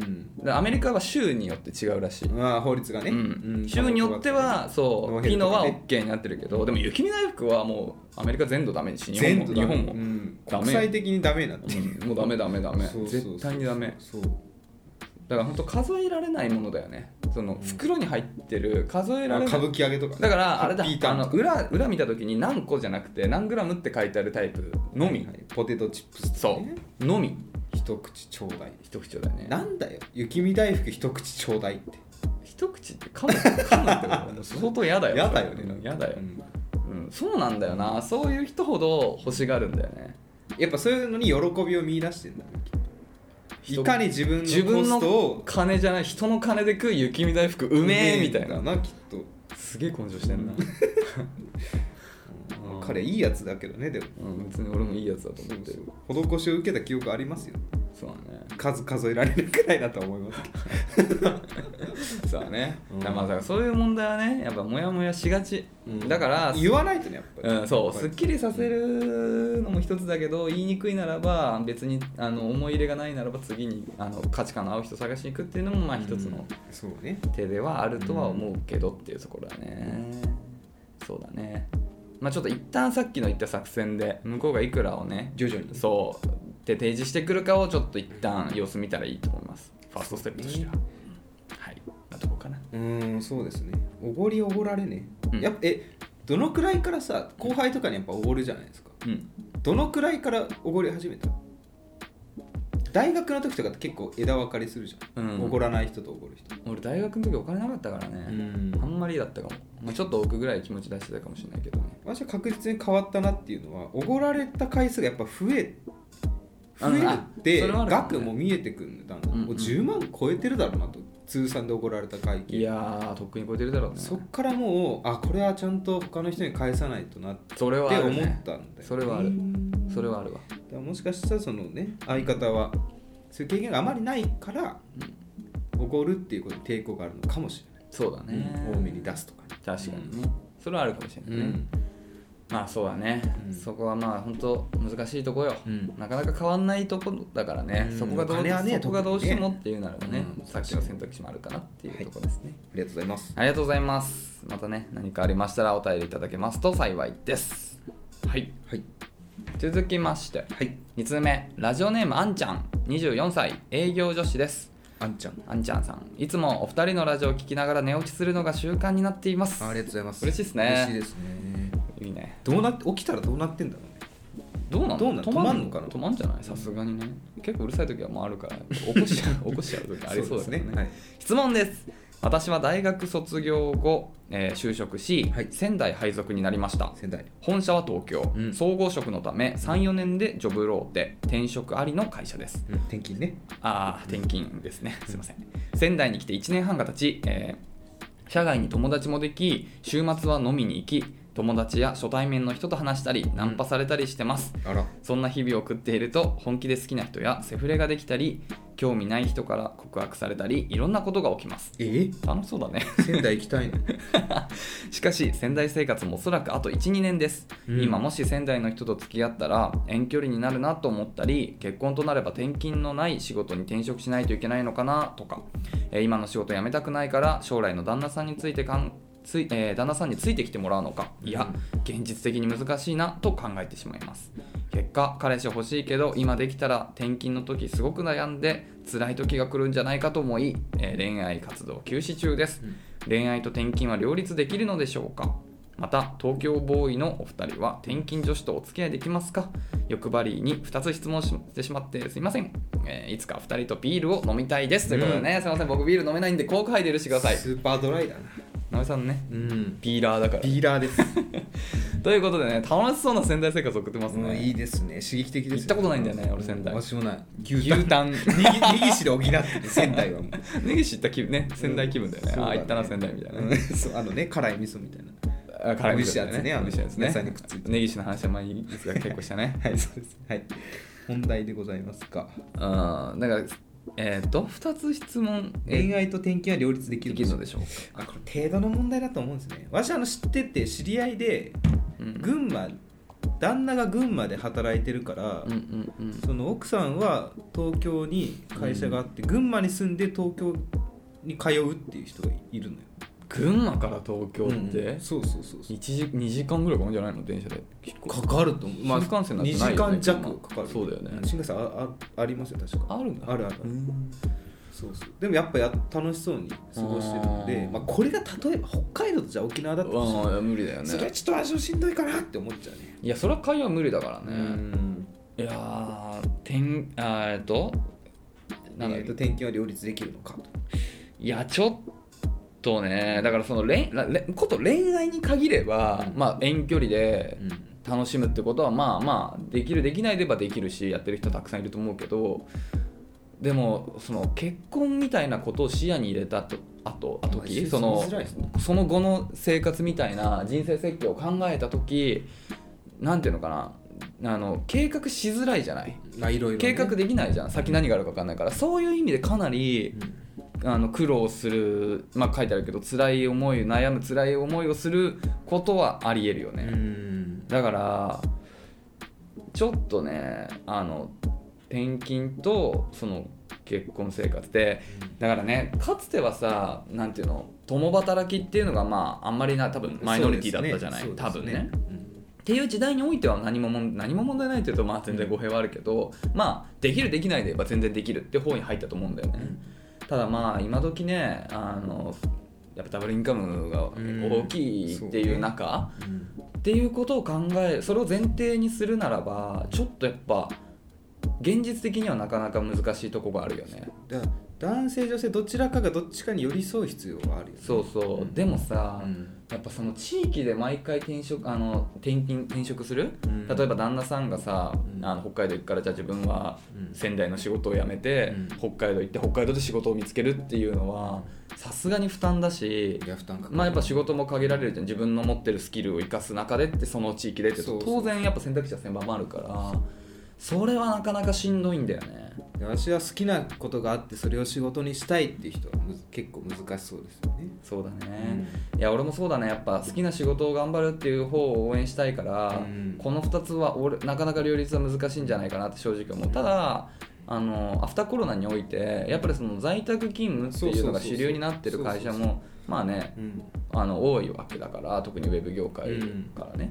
S2: アメリカは州によって違うらしい
S1: まあ、法律がね、
S2: うん、州によっては
S1: ノ
S2: そ
S1: ー
S2: う
S1: ヘル
S2: ピ
S1: と
S2: ノ
S1: か
S2: は
S1: ね
S2: OK になってるけどでも雪見大福はもうアメリカ全土ダメにし日本
S1: 全
S2: も
S1: 部
S2: 日
S1: ダメ
S2: 本も、
S1: うん
S2: ダメ
S1: 国際的にダメになってる
S2: うんもうダメダメダメ
S1: そうそうそう
S2: 絶対にダメ
S1: そう
S2: だから本当数えられないものだよねその袋に入ってる数えられ
S1: 歌
S2: ない
S1: 舞伎揚げとかね
S2: だからあれだ
S1: ハッピーター
S2: あ
S1: ン
S2: の裏裏見た時に何個じゃなくて何グラムって書いてあるタイプのみ、
S1: はいポテトチップスとか
S2: そ
S1: ね
S2: うのみ
S1: 一口ちょうだい
S2: 一口だよね
S1: なんだよ雪見大福一口ちょうだいって
S2: 一口って噛む噛むって こともう相当嫌だよ
S1: やだよねなん
S2: う
S1: か
S2: ん嫌だよ
S1: う、ん
S2: うん、そうなんだよなそういう人ほど欲しがるんだよね
S1: やっぱそういうのに喜びを見出してんだねいかに自分
S2: 自
S1: のコ
S2: 分
S1: ス
S2: の
S1: トを
S2: 金じゃない人の金で食う雪見大福うめえみたいな
S1: なきっと
S2: すげえ根性してんな、 うん
S1: 彼いいやつだけどねでも
S2: うん、別に俺もいいやつだと思ってる
S1: 施しを受けた記憶ありますよ
S2: そうだね
S1: 数数えられるくらいだとは思いますけど
S2: そうだね、
S1: うん
S2: だからまあだからそういう問題はねやっぱモヤモヤしがち、
S1: うん
S2: だから
S1: 言わないとねやっぱり、
S2: うん、そう
S1: やっ
S2: す
S1: ぱ
S2: っ
S1: り
S2: きりさせるのも一つだけど言いにくいならば別にあの思い入れがないならば次にあの価値観の合う人探しに行くっていうのもまあ一つの
S1: そうね
S2: 手ではあるとは思うけどっていうところだね、そうだねまあちょっと一旦さっきの言った作戦で向こうがいくらをね
S1: 徐々に
S2: そうで提示してくるかをちょっと一旦様子見たらいいと思いますファーストステップとしては、はいなとこかな
S1: うーんそうですねおごりおごられね、
S2: うん
S1: やっぱえどのくらいからさ後輩とかにやっぱおごるじゃないですか
S2: うん
S1: どのくらいからおごり始めた大学の時とかって結構枝分かれするじゃん、
S2: うん
S1: 怒らない人と怒る人
S2: 俺大学の時お金なかったからね、
S1: うん
S2: あんまりだったかも、まあ、ちょっと奥ぐらい気持ち出してたかもしれないけどね
S1: 私は確実に変わったなっていうのはおごられた回数がやっぱ増え
S2: あ
S1: 増えるって
S2: それはあるかもね
S1: 額も見えてくるんだんだん、
S2: うんうん
S1: もう10万超えてるだろうなと通算でおごられた会
S2: い
S1: 計
S2: やーとっくに超えてるだろうね
S1: そっからもうあこれはちゃんと他の人に返さないとなって
S2: それはある、
S1: 思っ
S2: ね、
S1: たんだよ
S2: それはある
S1: うん
S2: それはあるわ
S1: だからもしかしたらそのね相方はそういう経験があまりないからおごるっていうことに抵抗があるのかもし
S2: そうだ
S1: れない
S2: ね、、
S1: 多めに出すとかね
S2: 確かにね、それはあるかもしれないね、まあそうだね、
S1: うん
S2: そこはまあ本当難しいとこよ、
S1: うん
S2: なかなか変わんないとこだからね、
S1: うん
S2: そこがど
S1: お
S2: う、
S1: 金はね
S2: そこがどうしてもっていうならばね、
S1: うん
S2: さっきの選択肢もあるかなっていうところですね、
S1: ありがとうございます
S2: ありがとうございますまたね何かありましたらお便りいただけますと幸いですはい
S1: はい
S2: 続きまして
S1: はい
S2: 2通目ラジオネームあんちゃん24歳営業女子です
S1: あんちゃん
S2: あんちゃんさんいつもお二人のラジオを聞きながら寝落ちするのが習慣になっています
S1: ありがとうございます
S2: 嬉しいっす
S1: 嬉
S2: ね
S1: しいですね
S2: いいね
S1: どうなって起きたらどうなってんだろうね
S2: どうなの
S1: どうなの
S2: 止ま
S1: 止まんのかな
S2: 止まんじゃないさすがにね結構うるさい時はもうあるから起こしちゃう起こしちゃう時ありそうですね
S1: そうですねはい
S2: 質問です私は大学卒業後、えー就職し、
S1: はい
S2: 仙台配属になりました
S1: 仙台
S2: 本社は東京、
S1: うん
S2: 総合職のため34年でジョブローテ転職ありの会社です
S1: うん転勤ね
S2: ああ転勤ですねすいません仙台に来て1年半が経ち、えー社外に友達もでき週末は飲みに行き友達や初対面の人と話したりナンパされたりしてます、
S1: あら
S2: そんな日々を送っていると本気で好きな人やセフレができたり興味ない人から告白されたりいろんなことが起きます
S1: え
S2: 楽しそうだね
S1: 仙台行きたいの
S2: しかし仙台生活もおそらくあと12年です、
S1: うん
S2: 今もし仙台の人と付き合ったら遠距離になるなと思ったり結婚となれば転勤のない仕事に転職しないといけないのかなとか、えー今の仕事辞めたくないから将来の旦那さんについてかんついえー旦那さんについてきてもらうのかいや現実的に難しいなと考えてしまいます結果彼氏欲しいけど今できたら転勤の時すごく悩んで辛い時が来るんじゃないかと思い、えー恋愛活動休止中です、
S1: うん
S2: 恋愛と転勤は両立できるのでしょうかまた東京ボーイのお二人は転勤女子とお付き合いできますか欲張りに2つ質問してしまってすいません、えーいつか二人とビールを飲みたいですということでね、すいません僕ビール飲めないんでコークハイで許してください
S1: スーパードライだな
S2: なべさんね
S1: うん
S2: ビーラーだから
S1: ビーラーです
S2: ということでね楽しそうな仙台生活送ってますね、
S1: うんいいですね刺激的ですよ
S2: 行ったことないんだよね俺仙台
S1: 私もない
S2: 牛タン
S1: 右右手で補ってて仙台はもう
S2: 根岸行った気分ね仙台気分だよね、
S1: そう
S2: あ行ったな仙台みたいな、
S1: うんそうあのね辛い味噌みたいな
S2: あ辛いみたいな
S1: 美味しいやつねあの
S2: 美味しいやつね
S1: 野菜にくっついて
S2: 根岸の話は前にいつか結構したね
S1: はいそうですはい本題でございますか
S2: うんだからえっ、と2つ質問
S1: 恋
S2: 愛
S1: 愛と転勤は両立でき
S2: で
S1: る
S2: きるのでしょうか、
S1: あこれ程度の問題だと思うんですね私あの知ってて知り合いで
S2: うん、
S1: 群馬旦那が群馬で働いてるから、
S2: うんうんうん
S1: その奥さんは東京に会社があって、群馬に住んで東京に通うっていう人がいるのよ
S2: 群馬から東京って、
S1: うんそうそうそうそう
S2: 一時2時間ぐらいかかるんじゃないの電車で結構
S1: かかると思う、
S2: 新幹線なんて
S1: 2
S2: ない
S1: 時
S2: よね
S1: 間弱かかる
S2: そうだよね
S1: ん新幹線ああありますよ確か
S2: あるんだ
S1: あるある
S2: うん
S1: そうそうでもやっぱや楽しそうに過ごしてるの
S2: あ
S1: で
S2: ー
S1: まあ、これが例えば北海道とじゃあ沖縄だったとしたら
S2: うん無理だよね
S1: それはちょっと私もしんどいかなって思っちゃうね
S2: いやそれは会話無理だからね、
S1: ん
S2: いやーてんあーえっとなんだっ
S1: えっ
S2: け
S1: と転勤は両立できるのかと
S2: いやちょっとねだからその恋られこと恋愛に限れば、
S1: うん
S2: まあ遠距離で
S1: うん
S2: 楽しむってことはまあまあできるできないでばできるしやってる人たくさんいると思うけどでもその結婚みたいなことを視野に入れたとあとあ
S1: まあ一緒
S2: 時
S1: に
S2: その
S1: 住みづらいですね
S2: その後の生活みたいな人生設計を考えた時なんていうのかなあの計画しづらいじゃない
S1: まあいろいろね
S2: 計画できないじゃん先何があるか分かんないからそういう意味でかなりあの苦労するまあ書いてあるけど辛い思い悩む辛い思いをすることはありえるよ
S1: うん
S2: ねだからちょっとねあの転勤とその結婚生活でだからねかつてはさなんていうの共働きっていうのがまああんまりな多分マイノリティだったじゃない、
S1: そうです
S2: 多分ね
S1: うん
S2: っていう時代においては何ももん何も問題ないというとまあ全然語弊はあるけど、まあできるできないで言えば全然できるって方に入ったと思うんだよね、ただまあ今時ねあのやっぱダブルインカムが大きいっていう中、
S1: うん
S2: っていうことを考えそれを前提にするならばちょっとやっぱ現実的にはなかなか難しいとこがあるよね
S1: だから男性女性どちらかがどっちかに寄り添う必要はあるよね
S2: そうそう、
S1: うん
S2: でもさ、
S1: うん
S2: やっぱその地域で毎回転職あの転勤転職する、
S1: うん
S2: 例えば旦那さんがさ、
S1: うん
S2: あの北海道行くからじゃあ自分は
S1: うん
S2: 仙台の仕事を辞めて、
S1: うん
S2: 北海道行って北海道で仕事を見つけるっていうのはさすがに負担だし
S1: いや負担かかる
S2: まあやっぱ仕事も限られるじゃん自分の持ってるスキルを生かす中でってその地域でって
S1: そうそう
S2: 当然やっぱ選択肢は狭まるからそれはなかなかしんどいんだよね
S1: で私は好きなことがあってそれを仕事にしたいっていう人はむ結構難しそうですよね
S2: そうだね、いや俺もそうだねやっぱ好きな仕事を頑張るっていう方を応援したいから、
S1: うん
S2: この2つは俺なかなか両立は難しいんじゃないかなって正直思うただあのアフターコロナにおいてやっぱりその在宅勤務っていうのが主流になってる会
S1: そ
S2: 社
S1: うそうそう
S2: もまあね
S1: うん
S2: あの多いわけだから特にウェブ業界からね、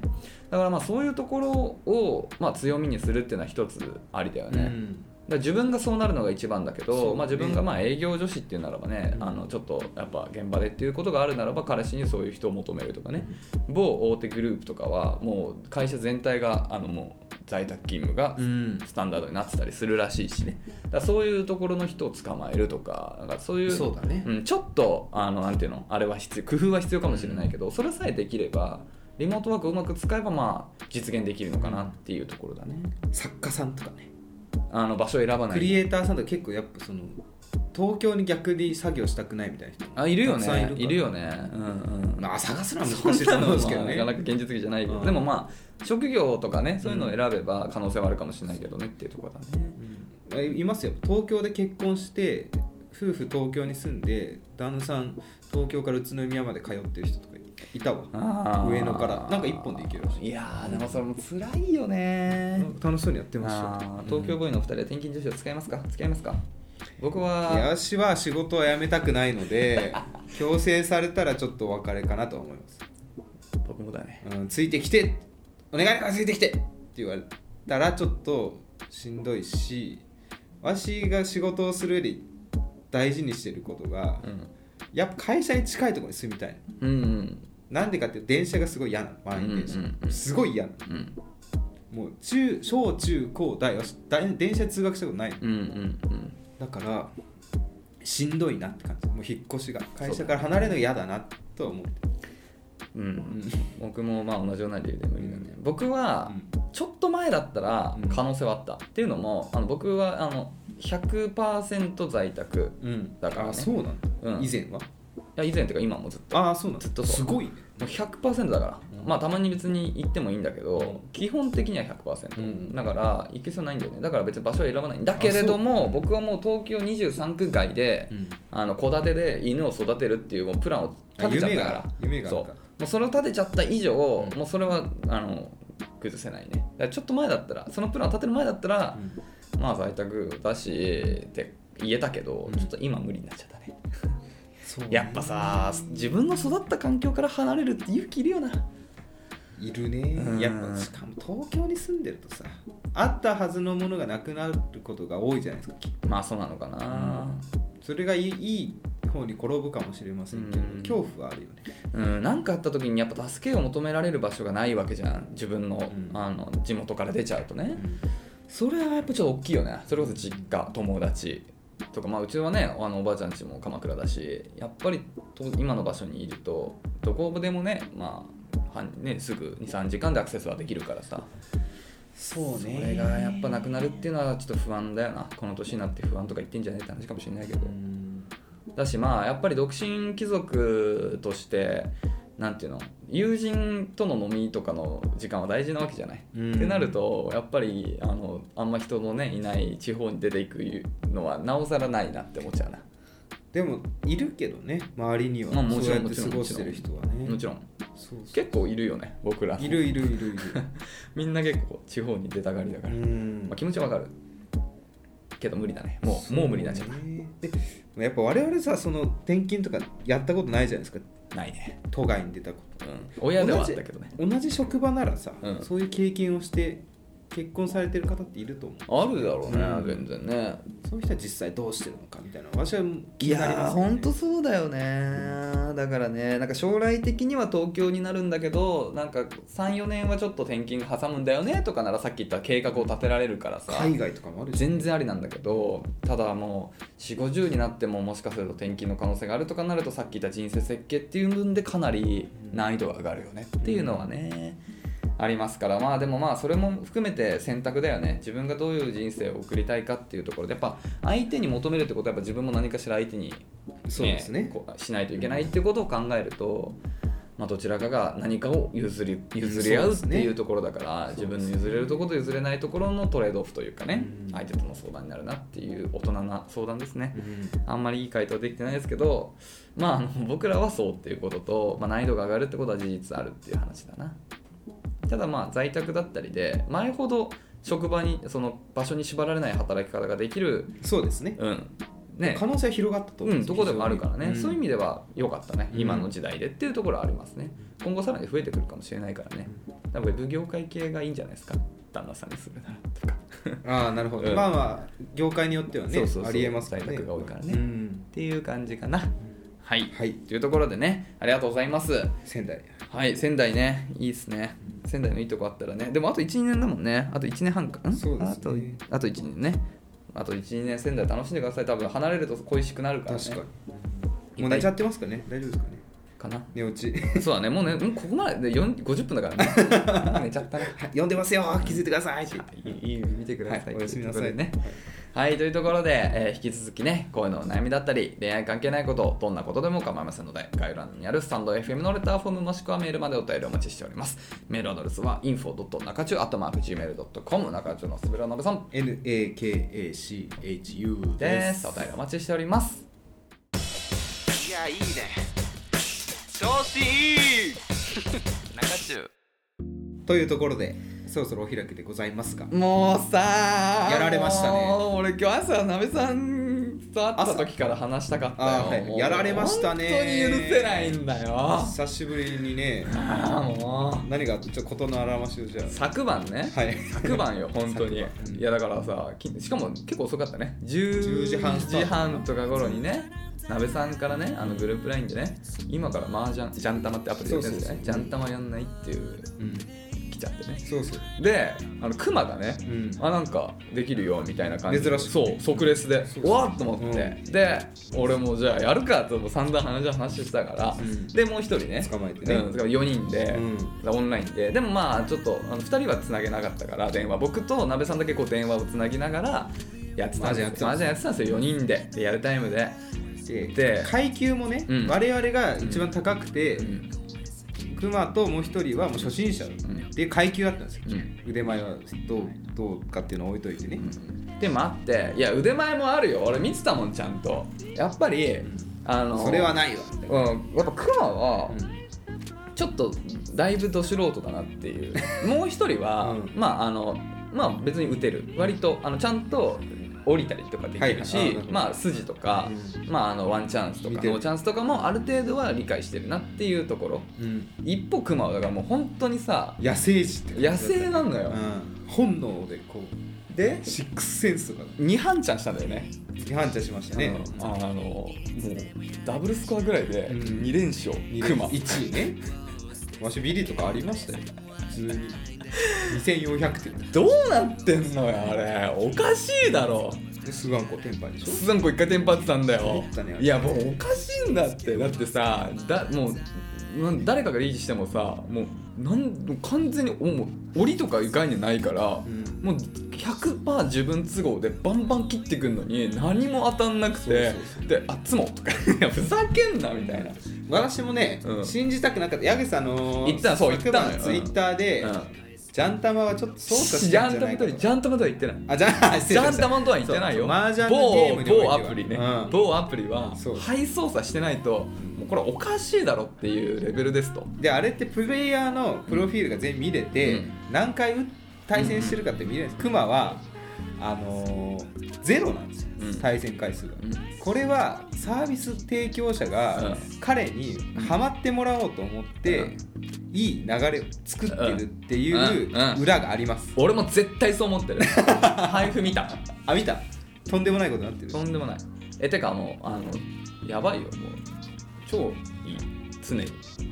S2: だからまあそういうところを、まあ、強みにするっていうのは一つありだよ
S1: う
S2: ね、だか
S1: ん
S2: ら自分がそうなるのが一番だけ
S1: そう
S2: ど、
S1: ね
S2: まあ、自分がまあ営業女子っていうならばね、
S1: うん
S2: あのちょっとやっぱ現場でっていうことがあるならば彼氏にそういう人を求めるとかね某大手グループとかはもう会社全体があのもう在宅勤務が
S1: うん
S2: スタンダードになってたりするらしいしねだからそういうところの人を捕まえるとかなんかそういう
S1: そうだね
S2: うん、ちょっとあのなんていうのあれは必要工夫は必要かもしれないけど、それさえできればリモートワークをうまく使えばまあ実現できるのかなっていうところだね、
S1: 作家さんとかね
S2: あの場所を選ばな
S1: クリ
S2: い
S1: エイターさんとか結構やっぱその東京に逆に作業したくないみたいな人も
S2: あいるよ
S1: たくさん
S2: ね
S1: から
S2: いるよねうんうん
S1: まあ探すのは
S2: そん
S1: 難しいと
S2: な
S1: 思うん
S2: のは
S1: ですけど
S2: まあ
S1: ね
S2: なかなか現実的じゃないけど、
S1: うん
S2: でもまあ職業とかねそういうのを選べば可能性はあるかもしれないけどねっていうところだね、
S1: うんいますよ東京で結婚して夫婦東京に住んで旦那さん東京から宇都宮まで通ってる人とかいたわ
S2: あー
S1: 上野からなんか一本で行けるらしい
S2: いやーでもそれも辛いよね
S1: なんか楽しそうにやってました
S2: あー東京ボーイのお二人は転勤女子を使いますか使いますか僕
S1: いや
S2: は
S1: 私は仕事は辞めたくないので強制されたらちょっとお別れかなとは思います、
S2: 僕もだね
S1: うん、ついてきてお願いだからついてきてって言われたらちょっとしんどいし私が仕事をするより大事にしてることが
S2: うん
S1: やっぱ会社に近いところに住みたい
S2: うんうん
S1: なんでかっていうと電車がすごい嫌なの満員電車、
S2: うんうんうん
S1: すごい嫌なの
S2: うん
S1: もう中小中高大私大電車で通学したことないの
S2: うんうんうん
S1: だからしんどいなって感じもう引っ越しが会社から離れるの嫌だなとは思って
S2: うん、僕もまあ同じような理由で無理だね、僕はちょっと前だったら可能性はあった、っていうのもあの僕はあの100%在宅
S1: うん、うん
S2: だからね
S1: あそうなんだ、
S2: うん
S1: 以前はい
S2: や以前というか今もずっと
S1: ああそうなんだ
S2: ずっとそう
S1: すごいね
S2: もう100%だから、
S1: うん
S2: まあたまに別に行ってもいいんだけど、
S1: うん
S2: 基本的には100%、
S1: うん
S2: だから行けそうないんだよねだから別に場所は選ばないんだけれども僕はもう東京23区外で
S1: うん
S2: あの戸建てで犬を育てるっていうもうプランを立てちゃったか
S1: あ夢
S2: ら
S1: がある夢がある
S2: そう
S1: か
S2: もうそれを立てちゃった以上、
S1: うん
S2: もうそれはあの崩せないねだからちょっと前だったらそのプランを立てる前だったら、まあ在宅だしって言えたけ
S1: う
S2: ど、
S1: ん
S2: ちょっと今無理になっちゃったね
S1: そう
S2: やっぱさ自分の育った環境から離れるって勇気いるよない
S1: るね
S2: うん
S1: やっぱしかも東京に住んでるとさあったはずのものがなくなることが多いじゃないですか
S2: まあそうなのかな
S1: それがいいいい方に転ぶかもしれませんけど、
S2: うん
S1: 恐怖はあるよね
S2: うん何、かあった時にやっぱ助けを求められる場所がないわけじゃん自分の,、
S1: うん
S2: あの地元から出ちゃうとね、それはやっぱちょっと大きいよねそれこそ実家友達とかまあうちはねあのおばあちゃん家も鎌倉だしやっぱりと今の場所にいるとどこでもね,、まあ、はんねすぐ23時間でアクセスはできるからさ
S1: そう
S2: それがやっぱなくなるっていうのはちょっと不安だよなこの年になって不安とか言ってんじゃねえって話かもしれないけどだしまあやっぱり独身貴族としてなんていうの友人との飲みとかの時間は大事なわけじゃない、
S1: うん
S2: ってなるとやっぱりあのあんま人のねいない地方に出ていくのはなおさらないなって思っちゃうな、
S1: でもいるけどね周りには、
S2: まあ、も
S1: そ
S2: ち
S1: う
S2: ろ
S1: や
S2: ん
S1: っ
S2: も
S1: て
S2: ちろ
S1: 過
S2: ん
S1: ご
S2: も
S1: し
S2: ち
S1: て
S2: ろ
S1: る
S2: ん
S1: 人はね
S2: もちろん
S1: そうそう
S2: 結構いるよね僕ら
S1: いるいるいるい る
S2: みんな結構地方に出たがりだか
S1: う
S2: ら、
S1: ん
S2: まあ、気持ちはわかるけど無理だねもうもう無理になっちゃっ
S1: そうねでやっぱ我々さその転勤とかやったことないじゃないですか
S2: たないね、
S1: 都外に出たこ
S2: うん、
S1: と
S2: 親ではあったけどね
S1: 同じ同じ職場ならさ、
S2: うん
S1: そういう経験をして結婚されてる方っていると思う
S2: あるだろうね、
S1: うん
S2: 全然ね
S1: そういう人は実際どうしてるのかみたいな私は気
S2: い
S1: になり
S2: やー
S1: ます
S2: ほん
S1: ね
S2: とそうだよねだからねなんか将来的には東京になるんだけどなんか34年はちょっと転勤挟むんだよねとかならさっき言った計画を立てられるからさ
S1: 海外とかもあるし
S2: 全然ありなんだけどただもう4 5 0になってももしかすると転勤の可能性があるとかなるとさっき言った人生設計っていう部分でかなり難易度が上がるよねっていうのはね、ありますからまあでもまあそれも含めて選択だよね自分がどういう人生を送りたいかっていうところでやっぱ相手に求めるってことはやっぱ自分も何かしら相手に、
S1: そうですね
S2: こうしないといけないってことを考えると。まあ、どちらかが何かを譲り譲り合うっていうところだから、
S1: そうです
S2: 自
S1: ね
S2: 分の譲れるところと譲れないところのトレードオフというかね、
S1: うん
S2: 相手との相談になるなっていう大人な相談ですね
S1: う、ん
S2: あんまりいい回答できてないですけどまああの僕らはそうっていうことと、まあ、難易度が上がるってことは事実あるっていう話だなただまあ在宅だったりで前ほど職場にその場所に縛られない働き方ができる
S1: そうですね
S2: うんね
S1: 可能性は広がったと思
S2: う
S1: うん
S2: ん、
S1: す
S2: どこでもあるからね、
S1: ん
S2: そういう意味では良かったね、
S1: うん
S2: 今の時代でっていうところはありますね今後さらに増えてくるかもしれないからねだからウェブ業界系がいいんじゃないですか旦那さんにするならとかっ
S1: ああなるほど、
S2: うん
S1: まあまあ業界によってはね
S2: そうそうそう
S1: ありえますから
S2: 在
S1: ね
S2: 宅が多いからね
S1: うん
S2: ていう感じかなはい、
S1: はい
S2: というところでねありがとうございます
S1: 仙台
S2: はい仙台ねいいっすね仙台のいいとこあったらねでもあと12年だもんねあと1年半かん
S1: そうですね
S2: あとあと1年ねあと12年仙台楽しんでください多分離れると恋しくなるからね
S1: 確かにもう寝ちゃってますかね大丈夫ですかね
S2: かな
S1: 寝 落ち
S2: そうだねもうねもうここまでで4 50分だからね 寝ちゃったね
S1: 呼んでますよ気づいてくださいって
S2: いいいい見てくださ
S1: は
S2: い、
S1: いおやすみなさい
S2: とうことでねはいというところで、えー引き続きね恋のお悩みだったり恋愛関係ないことどんなことでも構いませんので概要欄にあるスタンド FM のレターフォームもしくはメールまでお便りお待ちしておりますメールアドレスは info.nakachu.gmail.com 中中のすべらのべさん
S1: NAKACHU
S2: で
S1: です
S2: すお便りお待ちしております
S3: いやいいね調子い い
S2: 中中
S1: というところでそろそろお開きでございますが
S2: もうさ
S1: やられましたね
S2: もう俺今日朝なべさんと会った時から話したかったよ、
S1: あはい
S2: もう
S1: やられましたね
S2: 本当に許せないんだよあ
S1: 久しぶりにね
S2: あも
S1: 何がちょっと事のあらましをじゃ
S2: う昨晩ね、
S1: あはい
S2: 昨晩よ本当
S1: 昨
S2: に
S1: 晩うん
S2: いやだからさきしかも結構遅かったね 10,
S1: 10時半スタート
S2: 時半とか頃にねなべさんからねあのグループラインでね今から麻雀ジャンタマってアプリでやってるんですよねジ
S1: そうそうそう
S2: ャンタマやんないっていう
S1: うん
S2: 来ちゃってね
S1: そうそう
S2: であのクマがね、
S1: うん
S2: あなんかできるよみたいな感じで
S1: 珍しく
S2: そう即レスで
S1: そうそう
S2: うわっと思って、
S1: う
S2: で俺もじゃあやるかともう散々話話したから、
S1: うん
S2: でもう一人ね
S1: 捕まえてね
S2: うん捕まえ4人で、オンラインででもまあちょっとあの2人はつなげなかったから電話僕と鍋さんだけこう電話をつなぎながらやってたんです
S1: 麻雀
S2: よ
S1: やってた
S2: 麻雀やってたんですよ4人でリアルタイムで、
S1: で
S2: で
S1: 階級もね、
S2: うん
S1: 我々が一番高くて、
S2: うん
S1: クマともう一人はもう初心者
S2: ん
S1: で階級だったんですよ、
S2: うん
S1: 腕前はどうどうかっていうのは置いといてね、
S2: でもあっていや腕前もあるよ俺見てたもんちゃんとやっぱり、あの
S1: それはないわ、
S2: うん、やっぱクマは
S1: うん
S2: ちょっとだいぶど素人だなっていう もう一人は、
S1: うん
S2: まああのまあ別に打てる割とあのちゃんと降りたりとかできるし、
S1: はいはいあなるほど
S2: まあ筋とか、まああのワンチャンスと
S1: 見
S2: か
S1: てる
S2: ノーチャンスとかもある程度は理解してるなっていうところ
S1: うん
S2: 一歩クマはだからもう本当にさ
S1: 野生児って感じだ
S2: 野
S1: った
S2: 生なんだよ、
S1: うん、本能でこ
S2: で
S1: うシックスセンスとか
S2: 2半チャンしたんだよね
S1: 反射しましたね、
S2: うんあのもうダブルスコアぐらいで
S1: うん
S2: 2連勝、
S1: 二
S2: クマ
S1: 1位ねわしビリとかありましたよ普通に2400点だ
S2: どうなってんのよあれおかしいだろ
S1: でスガンコテンパでしょ
S2: スザンコ一回テンパってたんだよ
S1: テンパったね
S2: いやもうおかしいんだってだってさだもうなん誰かがリーチしてもさもうなんもう完全にもう檻とかいう概念ないか
S1: ん
S2: ら、もう100%自分都合でバンバン切ってくんのに何も当たんなくて
S1: そうそう
S2: で「あっつも」とか 「いやふざけんな」みたいな
S1: 私もね、
S2: うん
S1: 信じたくなかった矢口さんあのー
S2: 言ってたそう言って
S1: 昨
S2: たのよ
S1: 晩ツイッターで、
S2: うん
S1: ジャンタマはちょっと操作し
S2: ジ
S1: て
S2: ャ
S1: んじ
S2: ン
S1: ゃな
S2: タマ
S1: いか
S2: とは
S1: と
S2: ジャンタマとは言ってない
S1: あじゃあ 失
S2: ジ
S1: 礼し
S2: ャ
S1: ま
S2: ン
S1: し
S2: タ
S1: た
S2: マンとは言ってないよ。
S1: そう麻雀のゲームに
S2: 某
S1: おいて
S2: 某
S1: は
S2: アプリね、
S1: うん
S2: 某アプリは
S1: そう
S2: 配操作してないと、もうこれおかしいだろっていうレベルですと。
S1: であれってプレイヤーのプロフィールが全部見れて、
S2: うん
S1: 何回打っ対戦してるかって見れるんです、クマはあのーゼロなんですよ、
S2: うん
S1: 対戦回数が、
S2: うん
S1: これはサービス提供者
S2: う
S1: が
S2: ん
S1: 彼にハマってもらおうと思って、いい流れを作ってるってい
S2: うんうん
S1: う裏があります、
S2: 俺も絶対そう思 ってる配布見た
S1: あ見たとんでもないことになってる
S2: とんでもないえてかもうあのやばいよもう超いい常に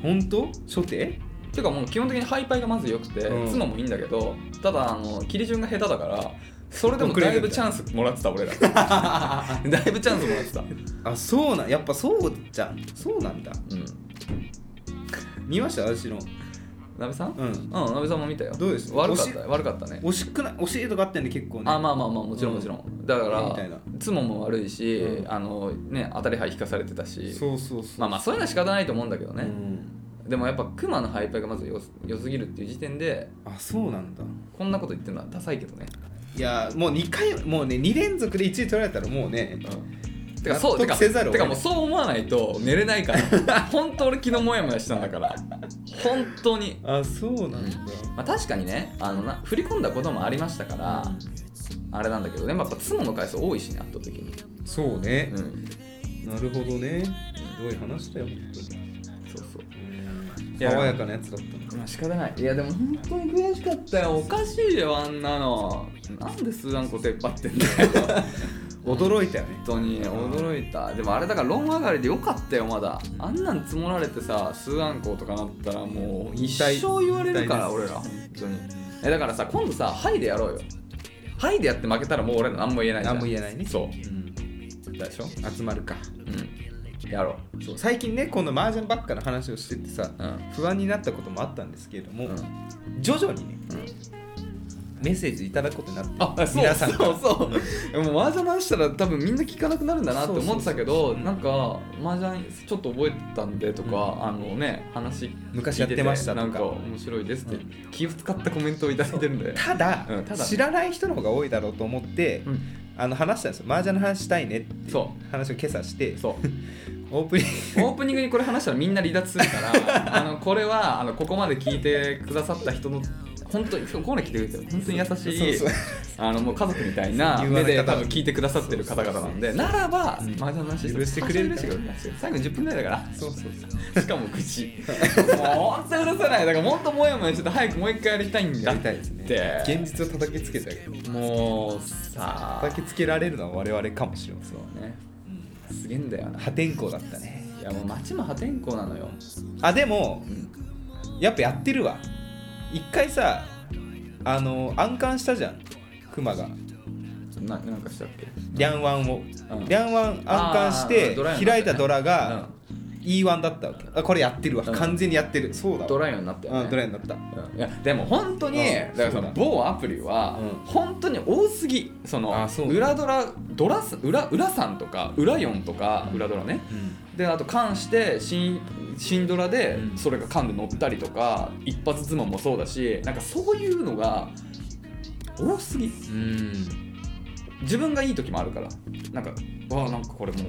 S1: 本当初手
S2: てかもう基本的にハイパイがまず良くて、
S1: うん
S2: 角もいいんだけどただあの切り順が下手だからそれでも
S1: 遅れ
S2: だ
S1: る
S2: いぶチャンスもらってた 俺らだいぶチャンスもらってたう
S1: あそうなんやっぱそうじゃんそうなんだ
S2: ん
S1: 見ました私の
S2: なべさん
S1: うん
S2: うんなべさんも見たよ
S1: どうでした
S2: 悪かっ
S1: 惜
S2: た
S1: しい
S2: 悪かったね
S1: 惜しくない惜しいとかあったんで結構ね
S2: あまあまあまあもちろんもちろん、だか
S1: みたいな
S2: らツモも悪いし、
S1: うん
S2: あのね当たり牌引かされてたし
S1: そうそうそう
S2: まあまあそういうのは仕方ないと思うんだけど
S1: う
S2: ね、
S1: ん
S2: でもやっぱクマのハイパイがまずよ良すぎるっていう時点で
S1: あそうなんだ
S2: こんなこと言ってるのはダサいけどね、
S1: いやもう2回もうね2連続で1位取られたらもうね
S2: てかそう
S1: 納
S2: て
S1: 得
S2: か
S1: せざるを
S2: て
S1: 得
S2: か
S1: ない
S2: もうそう思わないと寝れないから 本当俺昨日モヤモヤしたんだから本当に、
S1: あそうなんだ
S2: まあ、確かにねあのな振り込んだこともありましたからあれなんだけどでもやっぱツモの回数多いしね圧倒的に
S1: そうね
S2: う、ん
S1: なるほどねすごい話だよ本当に
S2: そうそう
S1: 爽やかなやつだったな
S2: まあ仕方ないいやでも本当に悔しかったよおかしいよあんなのなんでスーダンコ出っ張ってんだよ
S1: 驚いたよね
S2: 本当に驚いたでもあれだから論上がりでよかったよまだあんなん積もられてさ数アンコウとかなったらもう一
S1: 体
S2: 生言われるから
S1: 一体
S2: 俺ら本当にえだからさ今度さハイでやろうよハイでやって負けたらもう俺ら何も言えないじゃん
S1: 何も言えないね
S2: そう
S1: うん
S2: でしょ
S1: 集まるか
S2: うんやろう
S1: そう最近ねこの麻雀ばっかの話をしててさ
S2: うん
S1: 不安になったこともあったんですけれども、
S2: うん
S1: 徐々にね
S2: うん
S1: メッセージいただくことになって
S2: あそう
S1: 皆さんから
S2: そうそう、もう麻雀の話したら多分みんな聞かなくなるんだなって思ってたけど
S1: そうそうそう
S2: なんか麻雀ちょっと覚えてたんでとか、
S1: うん
S2: あのね話
S1: 昔
S2: 聞
S1: や
S2: い
S1: ってましたとか
S2: なんか面白いですって、
S1: うん
S2: 気を使ったコメントをいただいてるんで
S1: ただ,、
S2: うんただ
S1: 知らない人の方が多いだろうと思って、
S2: うん
S1: あの話したんですよ麻雀の話したいねっていう
S2: そ
S1: 話を今朝して
S2: そう
S1: オープニン
S2: オープニングにこれ話したらみんな離脱するから あのこれはあのここまで聞いてくださった人の本当にここまで聞いてくれてる本当に優しい
S1: そうそう
S2: あのもう家族みたいな
S1: そう
S2: 目
S1: 言
S2: で
S1: われ方
S2: 多分聞いてくださってる方々なんでならば
S1: うん
S2: 麻雀の話
S1: 許してくれる
S2: 許してくれる最後に10分ぐらいだから
S1: グそうそうそう
S2: しかも愚痴もう本当許さないだからもっともやもやして早くもう一回やりたいん
S1: や
S2: だ
S1: りたいですね
S2: で
S1: 現実を叩きつけて
S2: もうさ
S1: 叩きつけられるのは我々かもしれません、
S2: ねすげえんだよな
S1: 破天荒だったね
S2: いやもう街も破天荒なのよ、
S1: あでも
S2: うん、
S1: やっぱやってるわ一回さあの暗観したじゃんクマが
S2: ななんかしたっけ
S1: リャンワンを、
S2: うん
S1: リャンワン暗観して
S2: あードライの
S1: 開いたドラ
S2: う
S1: が
S2: ん
S1: E1 だったわけあこれやってるわ、
S2: うん
S1: 完全にやってるそうだわ
S2: ドライオンになったよ、ね
S1: うんドライになった
S2: うんいやでも本当に
S1: うん
S2: だから
S1: そ
S2: そう
S1: だ
S2: の某アプリは
S1: うん
S2: 本当に多すぎその
S1: あそうだ
S2: 裏ドラドラス裏裏さんとか裏4とか裏ドラねであと缶して新新ドラで
S1: うん
S2: それが缶で乗ったりとか一発相撲もそうだしなんかそういうのが多すぎ
S1: うん
S2: 自分がいい時もあるからなんかわあなんかこれもう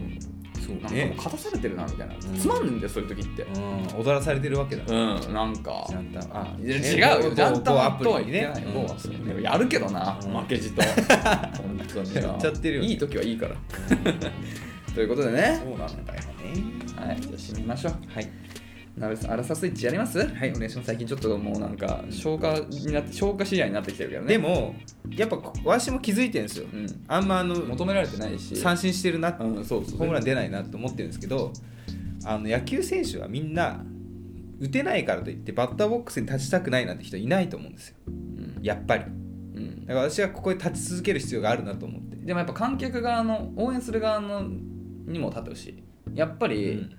S1: そう
S2: なんかもう
S1: ね
S2: 勝たされてるなみたいな、
S1: ん
S2: つまんねんだよそういう時って
S1: うん踊らされてるわけだ
S2: うんなんか
S1: ジャンタンあ
S2: いや
S1: ね
S2: 違う
S1: 某
S2: よ、ジャンタマンと
S1: 某
S2: は
S1: アプ
S2: 言
S1: リ
S2: っ
S1: にね
S2: てないよ、某アプリね
S1: うん
S2: やるけどな、
S1: うん
S2: 負けじと。 本当によ
S1: やっちゃってるよね
S2: いい時はいいから。 ということでね、
S1: そうなんだよね
S2: はい、じゃあ締めましょう。
S1: はい
S2: なべさん、アラサスイッチやりますはい、お願いします。最近ちょっともうなんか、消化になって、消化試合になってきてるけどね。
S1: で、もやっぱこ私も気づいてるんですよ、
S2: うん、
S1: あんまあの
S2: 求められてないし、
S1: 三振してるなって
S2: うん、そうそう。
S1: ホームラン出ないなと思ってるんですけどあの野球選手はみんな打てないからといってバッターボックスに立ちたくないなんて人いないと思うんですよ
S2: うん
S1: やっぱり
S2: うん
S1: だから私はここで立ち続ける必要があるなと思って
S2: でもやっぱ観客側の、応援する側のにも立ってほしい。やっぱり、
S1: うん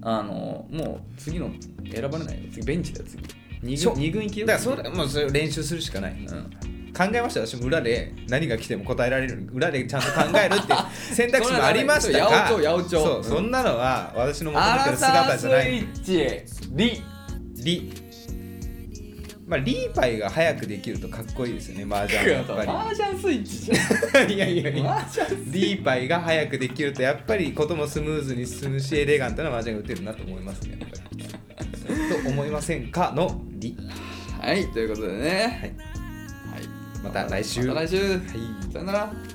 S2: あの、もう次の選ばれないよ。次、ベンチだよ、次。
S1: 二
S2: そう
S1: 軍二軍行きだからそれもうそれ練習するしかない、
S2: うん
S1: 考えました私も裏で何が来ても答えられる裏でちゃんと考えるっていう選択肢もありましたが
S2: そう八百長八百長
S1: そう
S2: うん
S1: そんなのは私の求
S2: ア
S1: めて
S2: ラ
S1: る
S2: サ
S1: 姿
S2: ー
S1: じ
S2: ス
S1: ゃ
S2: イ
S1: ない
S2: ッチリ
S1: リまあリーパイが早くできるとかっこいいですよね麻雀はやっ ぱり
S2: マージャンスイッチじゃ
S1: いやいやい
S2: んマ
S1: や
S2: ージャンスイッチ
S1: リーパイが早くできるとやっぱりこともスムーズに進むしエレガントな麻雀が打てるなと思いますねやっぱりと思いませんかの「り
S2: はいということでねはい、」
S1: また来週
S2: また来週、
S1: はい
S2: さよなら